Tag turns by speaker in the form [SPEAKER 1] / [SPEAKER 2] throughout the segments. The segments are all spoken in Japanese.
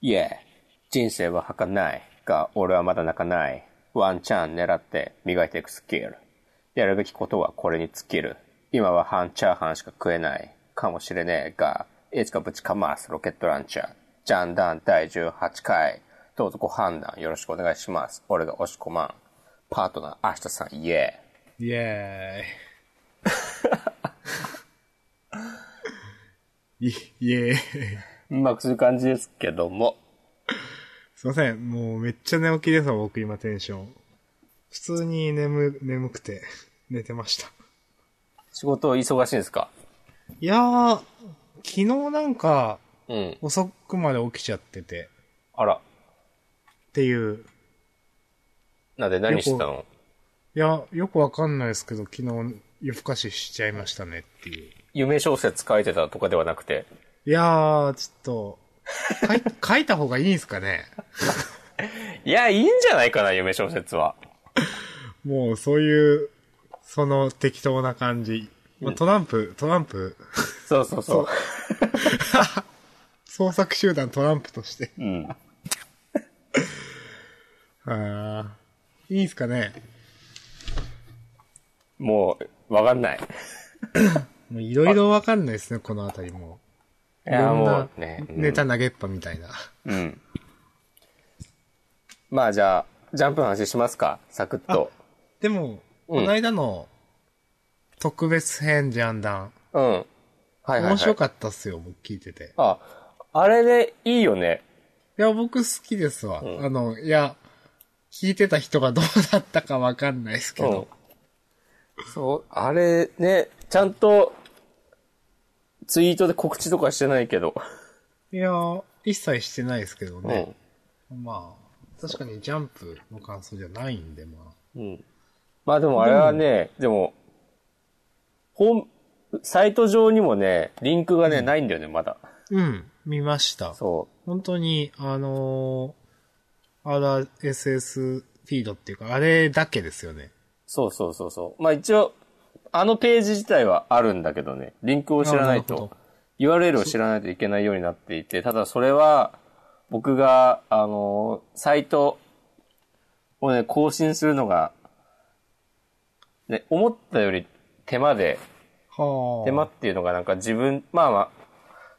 [SPEAKER 1] いえ、人生は儚いが、俺はまだ泣かない。ワンチャン狙って磨いていくスキル。やるべきことはこれに尽きる。今は半チャーハンしか食えない。かもしれねえが、いつかぶちかますロケットランチャー。ジャンダン第18回。どうぞご判断よろしくお願いします。俺が押し込まん。パートナー、明日さん、イエーイ。
[SPEAKER 2] イエーイ。い イエーイ。
[SPEAKER 1] うまくする感じですけども。
[SPEAKER 2] すいません。もうめっちゃ寝起きですわ、僕今テンション。普通に眠、眠くて、寝てました。
[SPEAKER 1] 仕事忙しいですか
[SPEAKER 2] いやー、昨日なんか
[SPEAKER 1] うん。
[SPEAKER 2] 遅くまで起きちゃってて、
[SPEAKER 1] あら。
[SPEAKER 2] っていう。
[SPEAKER 1] なんで何してたの
[SPEAKER 2] いや、よくわかんないですけど、昨日夜更かししちゃいましたねっていう。
[SPEAKER 1] 夢小説書いてたとかではなくて。
[SPEAKER 2] いやー、ちょっと、書い、 書いた方がいいんすかね
[SPEAKER 1] いや、いいんじゃないかな、夢小説は。
[SPEAKER 2] もうそういう、その適当な感じ。まあ、トランプ、トランプ、
[SPEAKER 1] そうそうそう。
[SPEAKER 2] 創作集団トランプとして。
[SPEAKER 1] うん。
[SPEAKER 2] ああ。いいんすかね
[SPEAKER 1] もう、わかんない。
[SPEAKER 2] もういろいろわかんないですね、このあたりも。
[SPEAKER 1] い
[SPEAKER 2] いろんな
[SPEAKER 1] ね。うん
[SPEAKER 2] ネタ投げっぱみたいな。
[SPEAKER 1] うん。まあじゃあ、ジャンプの話しますかサクッと。
[SPEAKER 2] でも、
[SPEAKER 1] う
[SPEAKER 2] こ
[SPEAKER 1] ん
[SPEAKER 2] の間の特別編ジャンダン。
[SPEAKER 1] うん。はいはい、はい。
[SPEAKER 2] 面白
[SPEAKER 1] っ
[SPEAKER 2] かったっすよ、僕聞いてて。
[SPEAKER 1] た。あ、あれでいいよね。
[SPEAKER 2] いや、僕好きですわ。あの、いや、聞いてた人がどうだったかわかんないです
[SPEAKER 1] う
[SPEAKER 2] けど。
[SPEAKER 1] ん。そう、あれね、ちゃんと、ツイートで告知とかしてないけど。
[SPEAKER 2] いやー、一切してないですけど
[SPEAKER 1] う
[SPEAKER 2] ね。
[SPEAKER 1] ん。
[SPEAKER 2] まあ、確かにジャンプの感想じゃないんで、まあ。
[SPEAKER 1] うん。まあでもあれはね、でも、ホーム、サイト上にもね、リンクがね、ないんだよね、まだ。
[SPEAKER 2] うん、見ました。
[SPEAKER 1] そ
[SPEAKER 2] 本当に、あのー、RSS フィードっていうか、あれだけですよね。
[SPEAKER 1] う。そうそうそうそう。まあ一応、あのページ自体はあるんだけどね、リンクを知らない
[SPEAKER 2] あなる
[SPEAKER 1] と
[SPEAKER 2] ほ、
[SPEAKER 1] URL を知らないといけないようになっていて、ただそれは、僕が、あのーサイトをね、更新するのが、ね、思ったより手間で、
[SPEAKER 2] はあ。
[SPEAKER 1] 手間っていうのがなんか自分、まあまあ、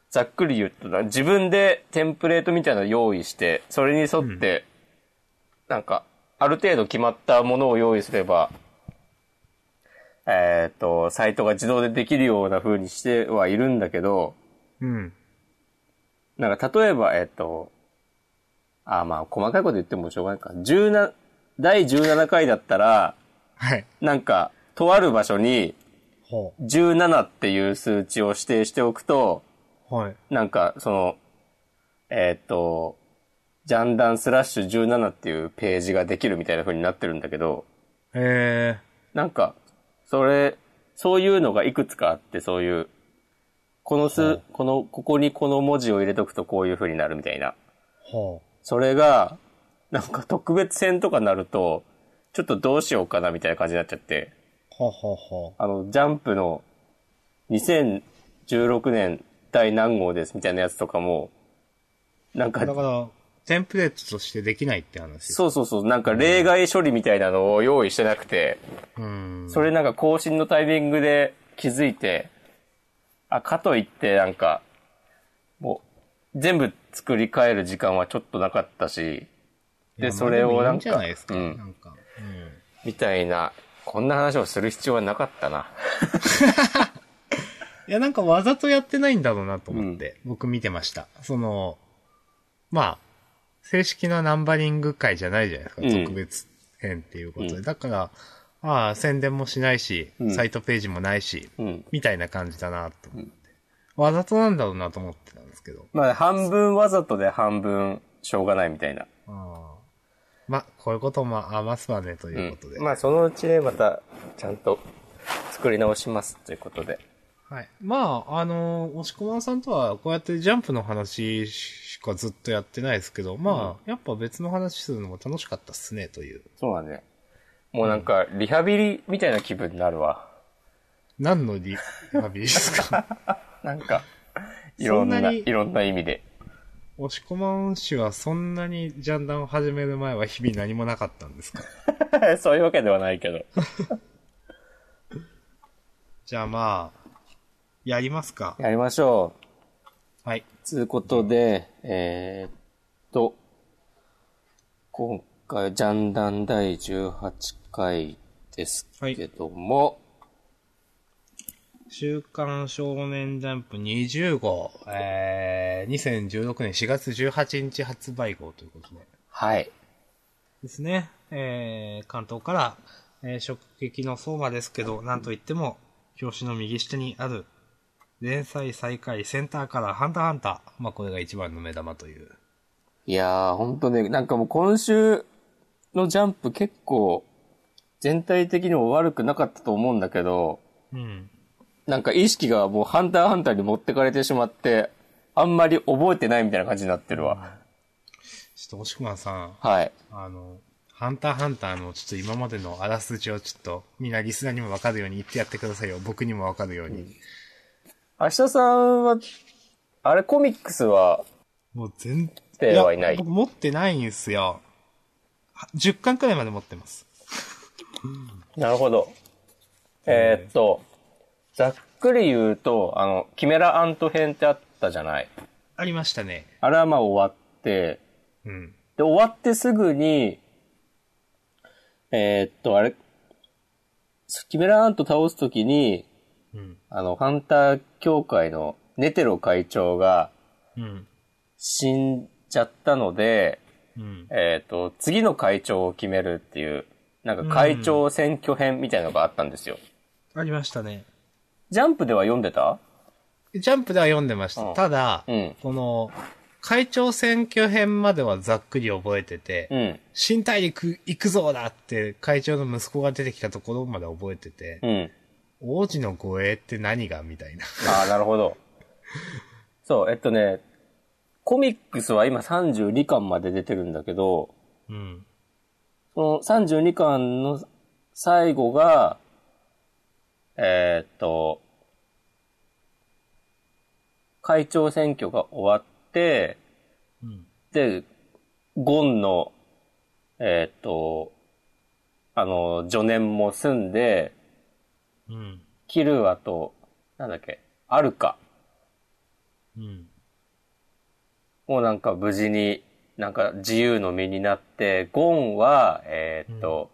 [SPEAKER 1] ざっくり言うとな、自分でテンプレートみたいなの用意して、それに沿って、なんか、ある程度決まったものを用意すれば、えっ、と、サイトが自動でできるような風にしてはいるんだけど、
[SPEAKER 2] うん。
[SPEAKER 1] なんか例えば、えっ、と、あ、まあ、細かいこと言ってもしょうがないか。17、第17回だったら、
[SPEAKER 2] はい。
[SPEAKER 1] なんか、とある場所に
[SPEAKER 2] ほ
[SPEAKER 1] 17っていう数値を指定しておくと、
[SPEAKER 2] う。はい。
[SPEAKER 1] なんか、その、えーっと、ジャンダンスラッシュ17っていうページができるみたいな風になってるんだけど、
[SPEAKER 2] え
[SPEAKER 1] なんか、それ、そういうのがいくつかあって、そういう、この数、この、ここにこの文字を入れとくとこういう風になるみたいな。
[SPEAKER 2] ー、ほ
[SPEAKER 1] それが、なんか特別編とかになると、ちょっとどうしようかなみたいな感じになっちゃって、
[SPEAKER 2] う。ほうほうほ
[SPEAKER 1] あの、ジャンプの2016年第何号ですみたいなやつとかも、なん
[SPEAKER 2] う。だ
[SPEAKER 1] か、
[SPEAKER 2] から、テンプレートとしてできないって話。
[SPEAKER 1] そうそうそう、なんか例外処理みたいなのを用意してなくて、
[SPEAKER 2] うん。
[SPEAKER 1] それなんか更新のタイミングで気づいて、あ、かといってなんか、もう、全部作り変える時間はちょっとなかったし、
[SPEAKER 2] い
[SPEAKER 1] で、
[SPEAKER 2] や
[SPEAKER 1] それを
[SPEAKER 2] まあで
[SPEAKER 1] ない
[SPEAKER 2] も
[SPEAKER 1] ん
[SPEAKER 2] いんじゃ
[SPEAKER 1] か
[SPEAKER 2] ないです、か。
[SPEAKER 1] うん
[SPEAKER 2] な、んか。うん。
[SPEAKER 1] みたいな、こんな話をする必要はなかったな。
[SPEAKER 2] いや、なんかわざとやってないんだろうなと思って、僕見てました。その、まあ、正式なナンバリング会じゃないじゃないですか、
[SPEAKER 1] うん
[SPEAKER 2] 特別編っていうことで。
[SPEAKER 1] うん
[SPEAKER 2] だから、ああ、宣伝もしないし、
[SPEAKER 1] うん
[SPEAKER 2] サイトページもないし、
[SPEAKER 1] うん。
[SPEAKER 2] みたいな感じだなと思って。わざとなんだろうなと思ってたんですけど。
[SPEAKER 1] まあ、半分わざとで半分しょうがないみたいな。
[SPEAKER 2] あーまあ、こういうことも余すわね、ということで。
[SPEAKER 1] まあそのうちねまたちゃんと作り直しますということで
[SPEAKER 2] はい。まあ、あのー、押し込まんさんとは、こうやってジャンプの話しかずっとやってないですけど、まあ、やっぱ別の話するのも楽しかったっすね、という。
[SPEAKER 1] そうだねもうなんかリハビリみたいな気分になるわ
[SPEAKER 2] 何の リリハビリですか
[SPEAKER 1] なんかい
[SPEAKER 2] そ
[SPEAKER 1] ろ
[SPEAKER 2] ん
[SPEAKER 1] ん
[SPEAKER 2] な
[SPEAKER 1] な
[SPEAKER 2] に
[SPEAKER 1] いろんな意味で
[SPEAKER 2] 押し込まん氏はそんなにジャンダンを始める前は日々何もなかったんですか
[SPEAKER 1] そういうわけではないけど。
[SPEAKER 2] じゃあまあ、やりますか。
[SPEAKER 1] やりましょう。
[SPEAKER 2] はい。
[SPEAKER 1] つうことで、えー、っと、今回、ジャンダン第18回ですけども、
[SPEAKER 2] 週刊少年ジャンプ20号、えー、2016年4月18日発売号ということで。
[SPEAKER 1] はい。
[SPEAKER 2] ですね。えー、関東から、えー、直撃の相馬ですけど、なんといっても、表紙の右下にある、連載再開センターからハンターハンター。まあ、これが一番の目玉という。
[SPEAKER 1] いやー、ほんとね、なんかもう今週のジャンプ結構、全体的にも悪くなかったと思うんだけど、
[SPEAKER 2] うん。
[SPEAKER 1] なんか意識がもうハンターハンターに持ってかれてしまって、あんまり覚えてないみたいな感じになってるわ。
[SPEAKER 2] ちょっと、押しくまさん、
[SPEAKER 1] はい。
[SPEAKER 2] あの、ハンターハンターのちょっと今までのあらすじをちょっと、みんなリスナーにもわかるように言ってやってくださいよ。僕にもわかるように。
[SPEAKER 1] 明日さんは、あれコミックスは、
[SPEAKER 2] もう全
[SPEAKER 1] てはいない
[SPEAKER 2] や僕持ってないんですよ。は10巻くらいまで持ってます。
[SPEAKER 1] なるほど。えーっと、ざっくり言うと、あの、キメラアント編ってあったじゃない。
[SPEAKER 2] ありましたね。
[SPEAKER 1] あれはまあ終わって、
[SPEAKER 2] うん。
[SPEAKER 1] で、終わってすぐに、えーっと、あれ、キメラアント倒すときに、
[SPEAKER 2] うん。
[SPEAKER 1] あの、ハンター協会のネテロ会長が
[SPEAKER 2] うん。
[SPEAKER 1] 死んじゃったので、
[SPEAKER 2] うん。
[SPEAKER 1] えっ、と、次の会長を決めるっていう、なんか会長選挙編みたいなのがあったんですよ。
[SPEAKER 2] ありましたね。
[SPEAKER 1] ジャンプでは読んでた
[SPEAKER 2] ジャンプでは読んでまし
[SPEAKER 1] う
[SPEAKER 2] た。
[SPEAKER 1] ん
[SPEAKER 2] ただ、
[SPEAKER 1] うん
[SPEAKER 2] この、会長選挙編まではざっくり覚えてて、
[SPEAKER 1] うん。
[SPEAKER 2] 新大陸行くぞだって会長の息子が出てきたところまで覚えてて、
[SPEAKER 1] うん。
[SPEAKER 2] 王子の護衛って何がみたいな。
[SPEAKER 1] ああ、なるほど。そう、えっとね、コミックスは今32巻まで出てるんだけど、
[SPEAKER 2] うん。
[SPEAKER 1] その32巻の最後が、えーっと、会長選挙が終わって、
[SPEAKER 2] うん。
[SPEAKER 1] で、ゴンの、えーっと、あの、助念も済んで、
[SPEAKER 2] うん。
[SPEAKER 1] キルアと、なんだっけ、アルカ
[SPEAKER 2] うん。
[SPEAKER 1] もうなんか無事に、なんか自由の身になって、ゴンは、えーっと、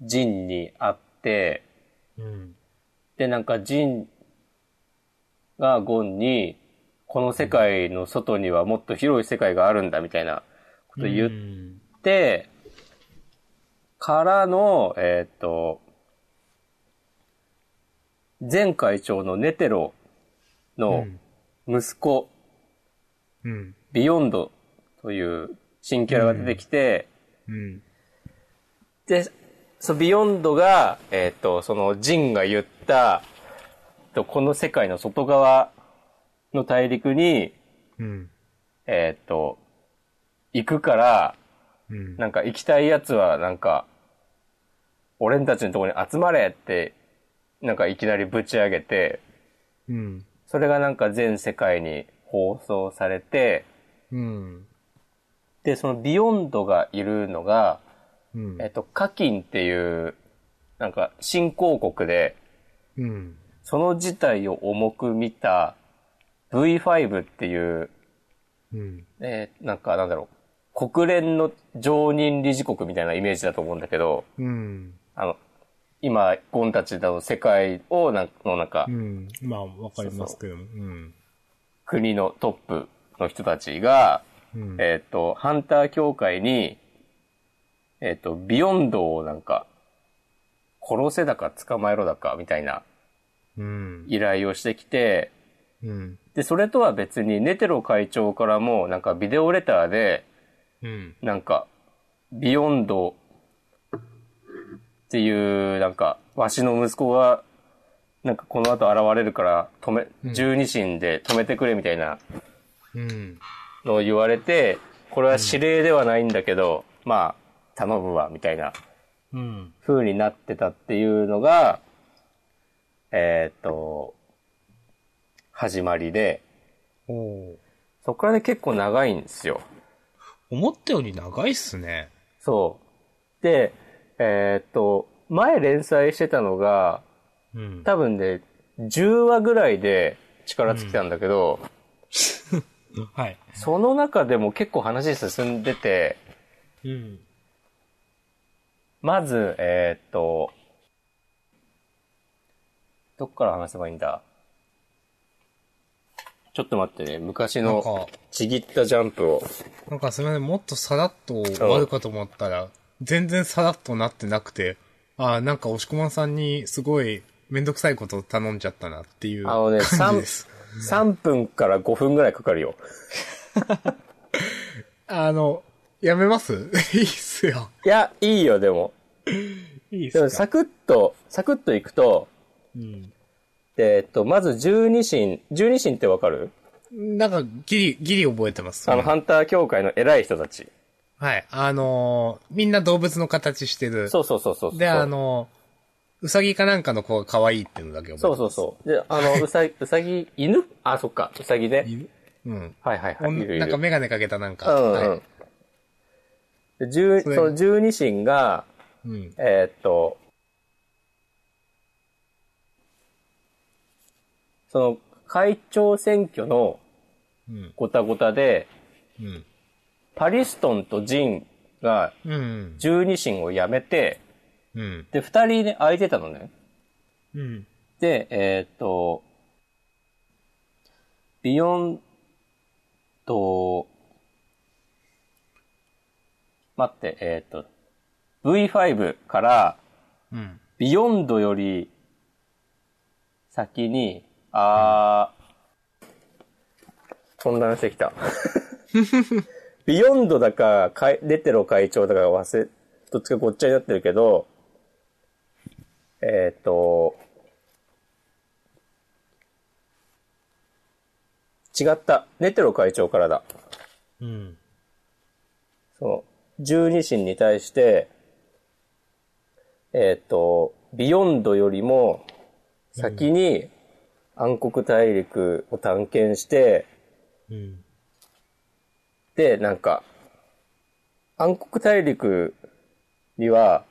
[SPEAKER 1] ジンに会って、
[SPEAKER 2] うん。
[SPEAKER 1] で、なんか、ジンがゴンに、この世界の外にはもっと広い世界があるんだ、みたいなこと言
[SPEAKER 2] う
[SPEAKER 1] っ
[SPEAKER 2] ん
[SPEAKER 1] て、からの、えーっと、前会長のネテロの息子、
[SPEAKER 2] うん。
[SPEAKER 1] ビヨンドという新キャラが出てきて、
[SPEAKER 2] うん。
[SPEAKER 1] で、そのビヨンドが、えっ、と、そのジンが言った、とこの世界の外側の大陸に、
[SPEAKER 2] うん。
[SPEAKER 1] えっ、と、行くから、
[SPEAKER 2] うん。
[SPEAKER 1] なんか行きたいやつは、なんか、俺たちのところに集まれって、なんかいきなりぶち上げて、
[SPEAKER 2] うん。
[SPEAKER 1] それがなんか全世界に放送されて、
[SPEAKER 2] うん。
[SPEAKER 1] で、そのビヨンドがいるのが、
[SPEAKER 2] うん
[SPEAKER 1] えっ、と、カキンっていう、なんか新興国で、
[SPEAKER 2] うん。
[SPEAKER 1] その事態を重く見た V5 っていう、
[SPEAKER 2] うん。
[SPEAKER 1] えーなんかなんだろう、国連の常任理事国みたいなイメージだと思うんだけど、
[SPEAKER 2] うん。
[SPEAKER 1] あの、今、ゴンたちの世界をなんのなんか、
[SPEAKER 2] うん。まあ、わかりますけども。うん。
[SPEAKER 1] 国のトップの人たちが、
[SPEAKER 2] うん。
[SPEAKER 1] えっ、と、ハンター協会に、えっ、と、ビヨンドをなんか、殺せだか捕まえろだかみたいな
[SPEAKER 2] うん。
[SPEAKER 1] 依頼をしてきて、
[SPEAKER 2] うん。
[SPEAKER 1] で、それとは別に、ネテロ会長からも、なんかビデオレターで、
[SPEAKER 2] うん。
[SPEAKER 1] なんか、ビヨンドっていう、なんか、わしの息子が、なんかこの後現れるから、止
[SPEAKER 2] う
[SPEAKER 1] め、
[SPEAKER 2] ん
[SPEAKER 1] 十二神で止めてくれみたいな
[SPEAKER 2] うん。
[SPEAKER 1] のを言われて、これは指令ではないんだけど、まあ、頼むわ、みたいな
[SPEAKER 2] うん。
[SPEAKER 1] 風になってたっていうのが、えーっと、始まりで、
[SPEAKER 2] おー
[SPEAKER 1] そそこからね結構長いんですよ。
[SPEAKER 2] 思ったより長いっすね。
[SPEAKER 1] そう。で、えーっと、前連載してたのが、
[SPEAKER 2] うん。
[SPEAKER 1] 多分ね、10話ぐらいで力尽きたんだけど、
[SPEAKER 2] はい。
[SPEAKER 1] その中でも結構話進んでて、
[SPEAKER 2] うん。
[SPEAKER 1] まず、えーっと、どっから話せばいいんだちょっと待ってね、昔
[SPEAKER 2] なん
[SPEAKER 1] の
[SPEAKER 2] か、
[SPEAKER 1] ちぎったジャンプを。
[SPEAKER 2] なんかすみません、もっとさらっと終わるかと思ったら、全然さらっとなってなくて、ああ、なんか押し込まんさんにすごいめんどくさいことを頼んじゃったなっていう
[SPEAKER 1] あのね、
[SPEAKER 2] 感じです。
[SPEAKER 1] 3、三分から5分ぐらいかかるよ。
[SPEAKER 2] あの、やめます いいっすよ。
[SPEAKER 1] いや、いいよ、でも。
[SPEAKER 2] いいっ
[SPEAKER 1] でも、サクッと、サクッといくと、
[SPEAKER 2] うん。
[SPEAKER 1] えーっと、まず十二神、十二神ってわかる
[SPEAKER 2] なんか、ギリ、ギリ覚えてます。
[SPEAKER 1] あの、ハンター協会の偉い人たち。
[SPEAKER 2] はい。あのーみんな動物の形してる。
[SPEAKER 1] そうそうそうそうそう。
[SPEAKER 2] で、あ、のーうさぎかなんかの子が可愛いっていうのだけ覚えて
[SPEAKER 1] そうそうそう。で、あの、うさぎ、 うさぎ、犬あ、そっか、うさぎね。
[SPEAKER 2] う。うん。
[SPEAKER 1] はいはいはい。いるいる
[SPEAKER 2] なんかメガネかけたなんか。
[SPEAKER 1] うんう
[SPEAKER 2] はい
[SPEAKER 1] ん。で十
[SPEAKER 2] それ
[SPEAKER 1] その十二神が、
[SPEAKER 2] うん。
[SPEAKER 1] えーっと、その会長選挙の
[SPEAKER 2] うん。
[SPEAKER 1] ごたごたで、
[SPEAKER 2] うん。
[SPEAKER 1] パリストンとジンが
[SPEAKER 2] うん。
[SPEAKER 1] 十二神を辞めて、
[SPEAKER 2] うん。
[SPEAKER 1] で、二人ね、空いてたのね。
[SPEAKER 2] うん。
[SPEAKER 1] で、えーっと、ビヨンと、待って、えーっと、V5 から、
[SPEAKER 2] うん。
[SPEAKER 1] ビヨンドより先に、あー、混乱してきた。 ビヨンドだか、かいレテロ会長だか忘れ、どっちかごっちゃになってるけど、えっ、と、違った。レテロ会長からだ。
[SPEAKER 2] うん。
[SPEAKER 1] その、十二神に対して、えっ、と、ビヨンドよりも先に暗黒大陸を探検して、
[SPEAKER 2] うん。
[SPEAKER 1] で、なんか、暗黒大陸には、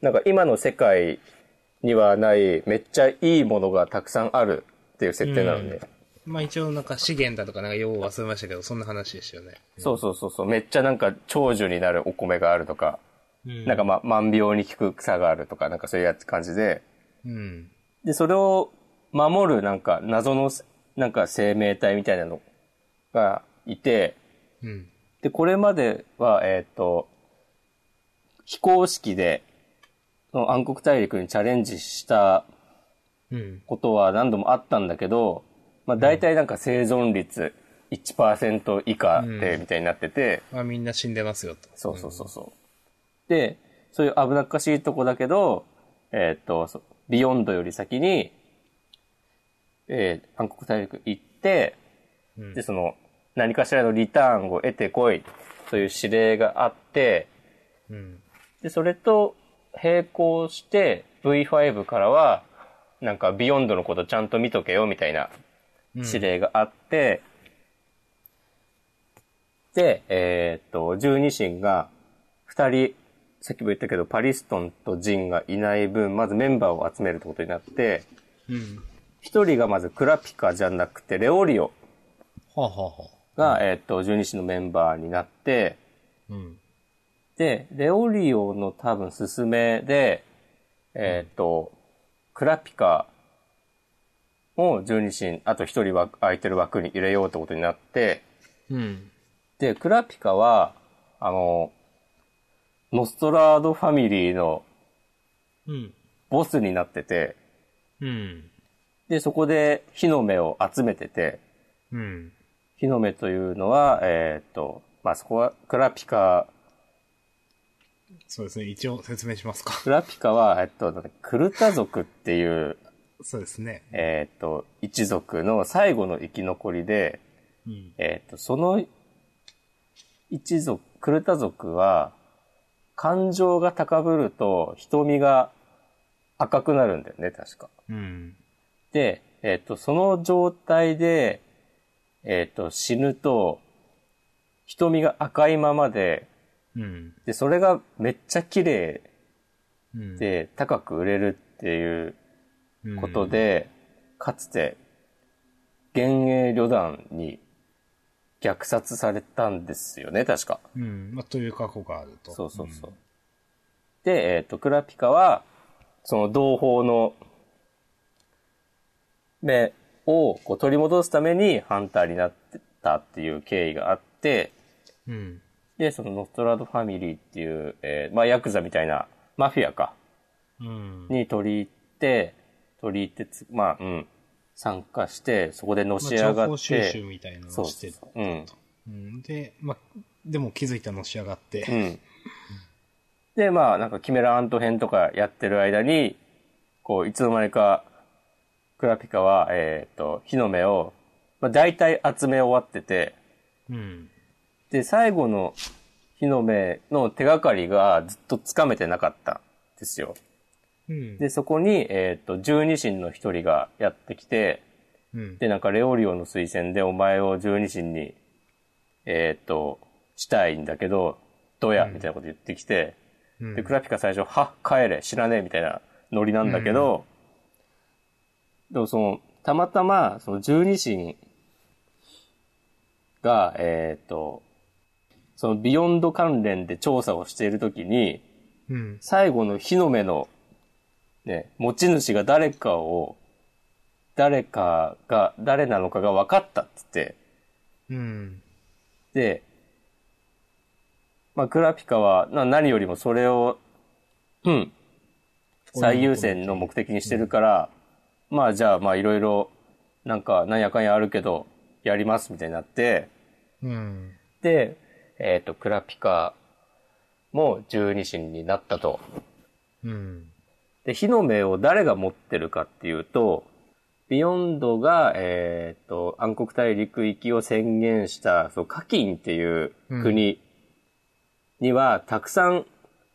[SPEAKER 1] なんか今の世界にはないめっちゃいいものがたくさんあるっていう設定なので、
[SPEAKER 2] うんまあ一応なんか資源だとかなんかよう忘れましたけど、そんな話でしたよね。
[SPEAKER 1] そうそうそうそう、めっちゃなんか長寿になるお米があるとか、
[SPEAKER 2] うん
[SPEAKER 1] なんか、ま、万病に効く草があるとか、なんかそういうやつ感じで、
[SPEAKER 2] うん。
[SPEAKER 1] で、それを守るなんか謎のなんか生命体みたいなのがいて、
[SPEAKER 2] うん。
[SPEAKER 1] で、これまでは、えっ、と、非公式で、その暗黒大陸にチャレンジした
[SPEAKER 2] うん。
[SPEAKER 1] ことは何度もあったんだけど、まあ大体なんか生存率1%以下で、みたいになってて、
[SPEAKER 2] まあみんな死んでますよと。
[SPEAKER 1] そうそうそうそう。で、そういう危なっかしいとこだけど、えーっと、そビヨンドより先に、えー暗黒大陸行って、
[SPEAKER 2] うん
[SPEAKER 1] で、その、何かしらのリターンを得てこい、という指令があって、
[SPEAKER 2] うん。
[SPEAKER 1] で、それと並行して V5 からは、なんかビヨンドのことちゃんと見とけよみたいな指令があって、で、えーっと、十二神が二人、さっきも言ったけど、パリストンとジンがいない分、まずメンバーを集めるってことになって、
[SPEAKER 2] うん。
[SPEAKER 1] 一人がまずクラピカじゃなくて、レオリオ
[SPEAKER 2] はあ、はあはあ、
[SPEAKER 1] が、えーっと、十二神のメンバーになって、
[SPEAKER 2] うん。
[SPEAKER 1] で、レオリオの多分勧めで、えーっ、と、クラピカを十二神、あと一人は空いてる枠に入れようってことになって、
[SPEAKER 2] うん。
[SPEAKER 1] で、クラピカは、あの、ノストラードファミリーの
[SPEAKER 2] うん。
[SPEAKER 1] ボスになってて、
[SPEAKER 2] うん。
[SPEAKER 1] で、そこで火の目を集めてて、
[SPEAKER 2] うん。
[SPEAKER 1] 火の目というのは、えーっ、と、まあ、そこは、クラピカ、
[SPEAKER 2] そうですね。一応説明しますか。
[SPEAKER 1] クラピカは、えっと、なんだクルタ族っていう、
[SPEAKER 2] そうですね。
[SPEAKER 1] えーっと、一族の最後の生き残りで、
[SPEAKER 2] うん。
[SPEAKER 1] えーっと、その一族、クルタ族は、感情が高ぶると瞳が赤くなるんだよね、確か。
[SPEAKER 2] うん。
[SPEAKER 1] で、えーっと、その状態で、えっ、と、死ぬと、瞳が赤いままで、
[SPEAKER 2] うん。
[SPEAKER 1] で、それがめっちゃ綺麗
[SPEAKER 2] うん、
[SPEAKER 1] で高く売れるっていう
[SPEAKER 2] うん
[SPEAKER 1] こと、で、かつて、幻影旅団に虐殺されたんですよね、確か。
[SPEAKER 2] うん。まあ、という過去があると。
[SPEAKER 1] そうそうそう。で、えっ、と、クラピカは、その同胞の目をこう取り戻すためにハンターになってたっていう経緯があって、
[SPEAKER 2] うん。うん。
[SPEAKER 1] で、そのノストラドファミリーっていう、えーまあ、ヤクザみたいな、マフィアか、
[SPEAKER 2] うん。
[SPEAKER 1] に取り入って、取り入ってつ、まあ、うん、参加して、そこでのし
[SPEAKER 2] まあ
[SPEAKER 1] 上が
[SPEAKER 2] 情報
[SPEAKER 1] っ
[SPEAKER 2] 収集
[SPEAKER 1] て、
[SPEAKER 2] みたいなの
[SPEAKER 1] そ
[SPEAKER 2] を
[SPEAKER 1] う
[SPEAKER 2] してる。
[SPEAKER 1] そう、うん。
[SPEAKER 2] うん、で、まあ、でも気づいたのし上がって。
[SPEAKER 1] うん。で、まあ、なんか、キメラアント編とかやってる間に、こう、いつの間にか、クラピカは、えっ、と、火の目を、まあ、大体集め終わってて、
[SPEAKER 2] うん。
[SPEAKER 1] で、最後の火の目の手がかりがずっとつかめてなかったんですよ。
[SPEAKER 2] うん。
[SPEAKER 1] で、そこに、えっ、と、十二神の一人がやってきて、
[SPEAKER 2] うん。
[SPEAKER 1] で、なんか、レオリオの推薦でお前を十二神に、えっ、と、したいんだけど、どうや、みたいなこと言ってきて、
[SPEAKER 2] うん
[SPEAKER 1] で、クラピカ最初、は帰れ、知らねえ、みたいなノリなんだけど、でもその、たまたま、その十二神が、えっ、と、そのビヨンド関連で調査をしているときに、
[SPEAKER 2] うん。
[SPEAKER 1] 最後の火の目の、ね、持ち主が誰かを、誰かが、誰なのかが分かったって言って、
[SPEAKER 2] うん。
[SPEAKER 1] で、まあ、クラピカはな何よりもそれを、うん、最優先の目的にしてるから、まあじゃあまあいろいろ、なんかなんやかんやあるけど、やりますみたいになって、
[SPEAKER 2] うん。
[SPEAKER 1] で、えっ、と、クラピカも十二神になったと。
[SPEAKER 2] うん。
[SPEAKER 1] で、火の目を誰が持ってるかっていうと、ビヨンドが、えっ、と、暗黒大陸行きを宣言した、そう、カキンっていう国には、たくさん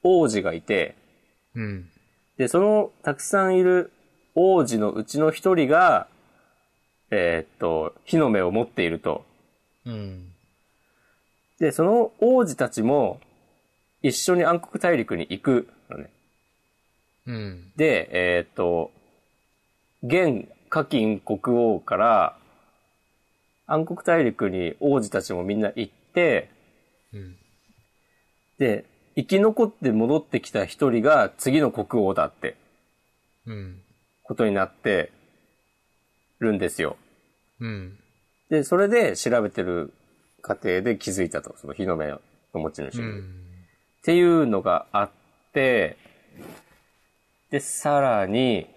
[SPEAKER 1] 王子がいて、
[SPEAKER 2] うん。
[SPEAKER 1] で、その、たくさんいる王子のうちの一人が、えっ、と、火の目を持っていると。
[SPEAKER 2] うん。
[SPEAKER 1] で、その王子たちも、一緒に暗黒大陸に行くのね。
[SPEAKER 2] うん。
[SPEAKER 1] で、えっ、と、現課金国王から暗黒大陸に王子たちもみんな行って、
[SPEAKER 2] うん。
[SPEAKER 1] で、生き残って戻ってきた一人が次の国王だって
[SPEAKER 2] うん。
[SPEAKER 1] ことになってるんですよ。
[SPEAKER 2] うん。
[SPEAKER 1] で、それで調べてる過程で気づいたと、その日の目の持ち主
[SPEAKER 2] う
[SPEAKER 1] に。
[SPEAKER 2] ん。
[SPEAKER 1] っていうのがあって、で、さらに、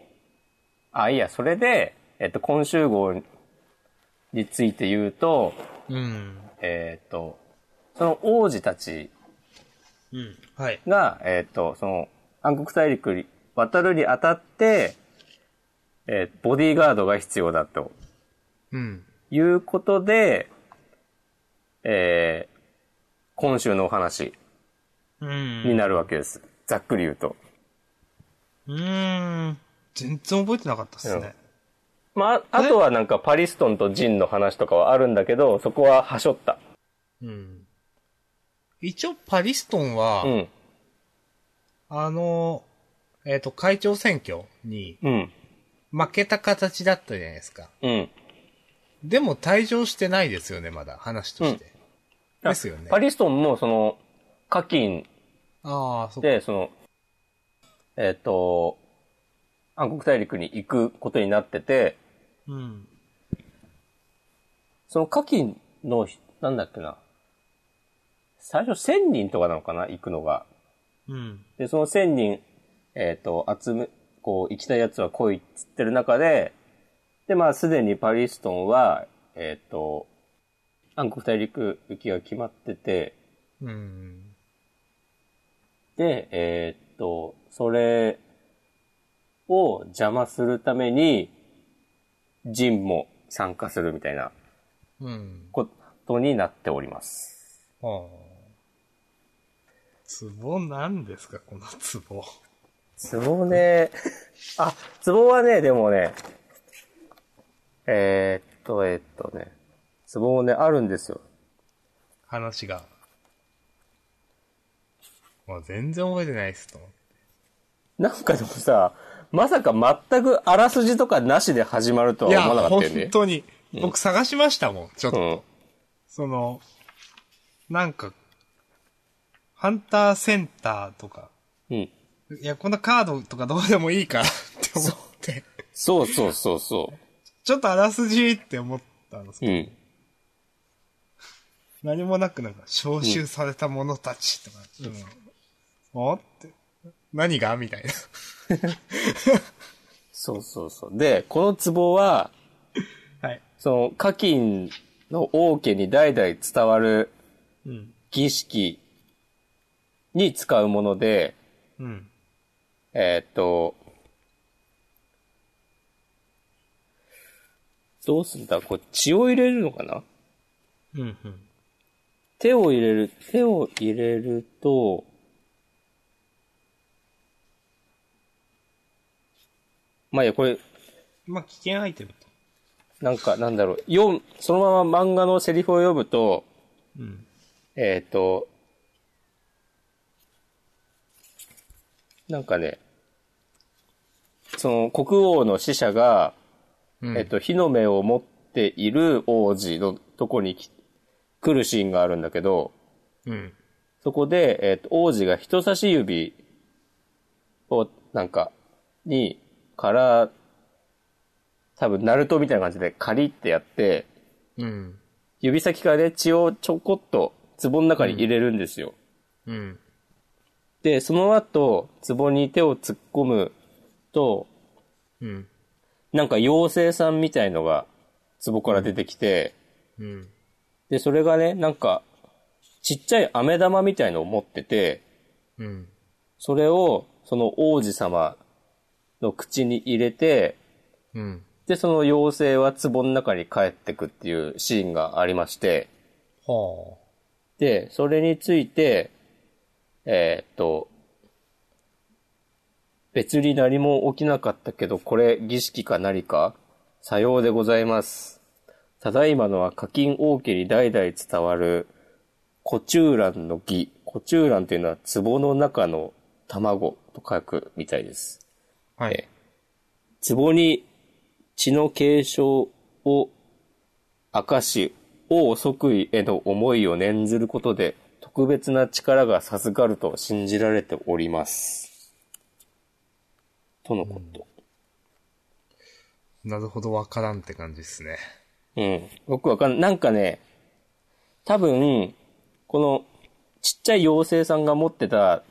[SPEAKER 1] あ、いや、それで、えっと、今週号について言うと、
[SPEAKER 2] うん。
[SPEAKER 1] えっと、その王子たち
[SPEAKER 2] うん。はい。
[SPEAKER 1] が、えっと、その、暗黒大陸に渡るにあたって、えーボディーガードが必要だと
[SPEAKER 2] うん。
[SPEAKER 1] いうことで、えー今週のお話
[SPEAKER 2] うん。
[SPEAKER 1] になるわけです。ざっくり言うと。
[SPEAKER 2] うーん。全然覚えてなかったっすね。
[SPEAKER 1] まあ、あとはなんかパリストンとジンの話とかはあるんだけど、そこははしょった。
[SPEAKER 2] うん。一応、パリストンは、
[SPEAKER 1] うん。
[SPEAKER 2] あの、えっ、と、会長選挙に
[SPEAKER 1] うん。
[SPEAKER 2] 負けた形だったじゃないですか。
[SPEAKER 1] うん。
[SPEAKER 2] でも退場してないですよね、まだ、話として。ですよね。
[SPEAKER 1] パリストンもその、課金
[SPEAKER 2] ああ、そっか。
[SPEAKER 1] で、その、えっ、と、暗黒大陸に行くことになってて、
[SPEAKER 2] うん。
[SPEAKER 1] その課金の、なんだっけな、最初1000人とかなのかな、行くのが。
[SPEAKER 2] うん。
[SPEAKER 1] で、その1000人、えっ、と、集め、こう、行きたい奴は来いっつってる中で、で、まあ、すでにパリストンは、えっ、と、暗黒大陸行きが決まってて、
[SPEAKER 2] うん。
[SPEAKER 1] で、えっ、と、それを邪魔するために、ジンも参加するみたいな
[SPEAKER 2] うん。
[SPEAKER 1] ことになっております。
[SPEAKER 2] ああ。ツボなんですか、このツボ。
[SPEAKER 1] ツボね、あ、ツボはね、でもね、えーっと、えーっとね、ツボもね、あるんですよ。
[SPEAKER 2] 話が。もう全然覚えてないっすと思って。
[SPEAKER 1] なんかでもさ、まさか全くあらすじとかなしで始まると
[SPEAKER 2] い
[SPEAKER 1] は
[SPEAKER 2] や、
[SPEAKER 1] 思わなかったよね
[SPEAKER 2] 本。当に。僕探しましたもん、ちょっと。
[SPEAKER 1] うん。
[SPEAKER 2] その、なんか、ハンターセンターとか、
[SPEAKER 1] うん。
[SPEAKER 2] いや、こんなカードとかどうでもいいか って思って、
[SPEAKER 1] そうそうそうそ
[SPEAKER 2] ちょっとあらすじって思ったんです
[SPEAKER 1] う。
[SPEAKER 2] け
[SPEAKER 1] うん。
[SPEAKER 2] ど、何もなくなんか、招集された者たちとか、うん、おって、何がみたいな。
[SPEAKER 1] そうそうそう。で、このツボは、
[SPEAKER 2] はい。
[SPEAKER 1] その、課金の王家に代々伝わる
[SPEAKER 2] うん。
[SPEAKER 1] 儀式に使うもので、
[SPEAKER 2] うん。
[SPEAKER 1] えーっと、どうすんだこれ血を入れるのかな
[SPEAKER 2] うん。うん。
[SPEAKER 1] 手を入れる、手を入れると、まあいいや、これ、
[SPEAKER 2] まあ、危険アイテムと。
[SPEAKER 1] なんか、なんだろう、読む、そのまま漫画のセリフを読むと、
[SPEAKER 2] うん。
[SPEAKER 1] えっ、と、なんかね、その国王の使者が、
[SPEAKER 2] うん
[SPEAKER 1] えっ、と、火の目を持っている王子のとこにき来るシーンがあるんだけど、
[SPEAKER 2] うん。
[SPEAKER 1] そこで、えっ、と、王子が人差し指を、なんか、に、から、多分、ナルトみたいな感じで、カリってやって、
[SPEAKER 2] うん。
[SPEAKER 1] 指先からね、血をちょこっと、壺の中に入れるんですよ。
[SPEAKER 2] うん。
[SPEAKER 1] で、その後、壺に手を突っ込むと、
[SPEAKER 2] うん。
[SPEAKER 1] なんか妖精さんみたいのが、壺から出てきて、
[SPEAKER 2] うん。
[SPEAKER 1] で、それがね、なんか、ちっちゃい飴玉みたいのを持ってて、
[SPEAKER 2] うん。
[SPEAKER 1] それを、その王子様の口に入れて、
[SPEAKER 2] うん。
[SPEAKER 1] で、その妖精は壺の中に帰ってくっていうシーンがありまして、
[SPEAKER 2] は
[SPEAKER 1] で、それについて、えーっと、別に何も起きなかったけど、これ儀式か何かさようでございます。ただいまのは課金王家に代々伝わる、コチューランの儀。コチューランというのは壺の中の卵と書くみたいです。
[SPEAKER 2] あ。は
[SPEAKER 1] え。壺に血の継承を明かし、王即位への思いを念ずることで、特別な力が授かると信じられております。とのこと。
[SPEAKER 2] なるほど、わからんって感じですね。
[SPEAKER 1] うん。僕わかん、なんかね、多分、この、ちっちゃい妖精さんが持ってた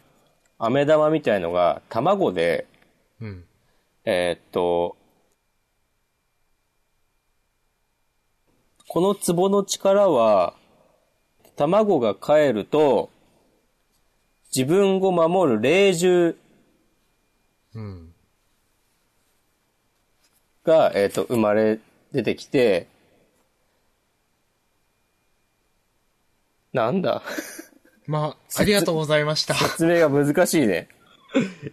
[SPEAKER 1] 飴玉みたいのが、卵で、
[SPEAKER 2] うん。
[SPEAKER 1] えーっと、この壺の力は、卵が帰ると、自分を守る霊獣
[SPEAKER 2] うん。
[SPEAKER 1] が、えーっと、生まれ、出てきて、なんだ
[SPEAKER 2] まあ、ありがとうござ いました。
[SPEAKER 1] 説明が難しいね。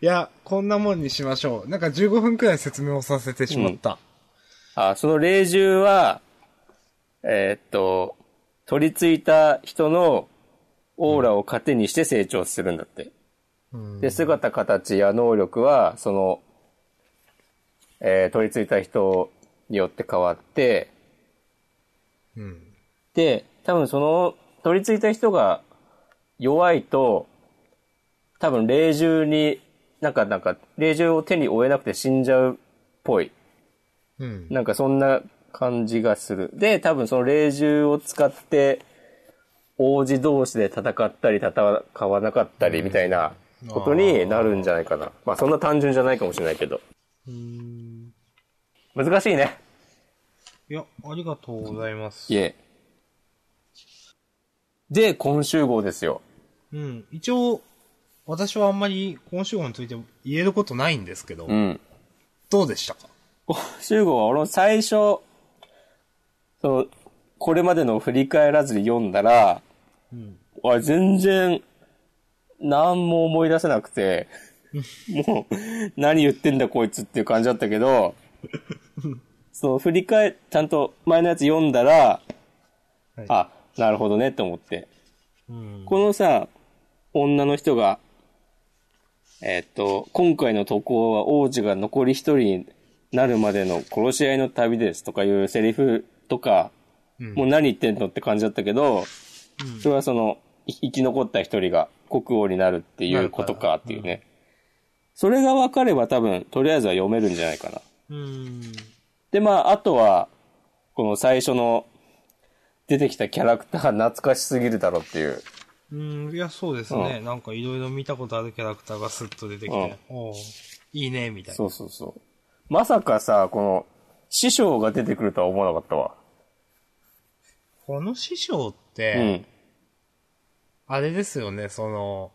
[SPEAKER 2] いや、こんなもんにしましょう。なんか15分くらい説明をさせてしまった。
[SPEAKER 1] あ、その霊獣は、えーっと、取り付いた人のオーラを糧にして成長するんだって。
[SPEAKER 2] うん。
[SPEAKER 1] で、姿、形や能力は、その、えー取り付いた人によって変わって、
[SPEAKER 2] うん。
[SPEAKER 1] で、多分その、取り付いた人が弱いと、多分霊獣に、なんか、なんか、霊獣を手に負えなくて死んじゃうっぽい。
[SPEAKER 2] うん。
[SPEAKER 1] なんかそんな感じがする。で、多分その霊獣を使って、王子同士で戦ったり戦わなかったりみたいなことになるんじゃないかな。まあそんな単純じゃないかもしれないけど。
[SPEAKER 2] うん。
[SPEAKER 1] 難しいね。
[SPEAKER 2] いや、ありがとうございます。
[SPEAKER 1] いえ。で、今週号ですよ。
[SPEAKER 2] うん。一応、私はあんまり今週号について言えることないんですけど、
[SPEAKER 1] うん。
[SPEAKER 2] どうでしたか
[SPEAKER 1] 今週号は俺も最初、その、これまでのを振り返らずに読んだら、
[SPEAKER 2] うん。
[SPEAKER 1] あれ全然、何も思い出せなくて、もう、何言ってんだこいつっていう感じだったけど、そう、振り返、ちゃんと前のやつ読んだら、
[SPEAKER 2] はい
[SPEAKER 1] あ、なるほどねって思って。
[SPEAKER 2] うん。
[SPEAKER 1] このさ、女の人が、えっと、今回の渡航は王子が残り一人になるまでの殺し合いの旅ですとかいうセリフとか、
[SPEAKER 2] うん
[SPEAKER 1] もう何言ってんのって感じだったけど、それはその、い生き残った一人が国王になるっていうことかっていうね。それが分かれば多分、とりあえずは読めるんじゃないかな。
[SPEAKER 2] うん。
[SPEAKER 1] で、まあ、あとは、この最初の出てきたキャラクター懐かしすぎるだろっていう。
[SPEAKER 2] うん、いや、そうですね。なんかいろいろ見たことあるキャラクターがスッと出てきて、おういいね、みたいな。
[SPEAKER 1] そうそうそう。まさかさ、この、師匠が出てくるとは思わなかったわ。
[SPEAKER 2] この師匠っ
[SPEAKER 1] う
[SPEAKER 2] て、
[SPEAKER 1] ん。
[SPEAKER 2] あれですよね、その、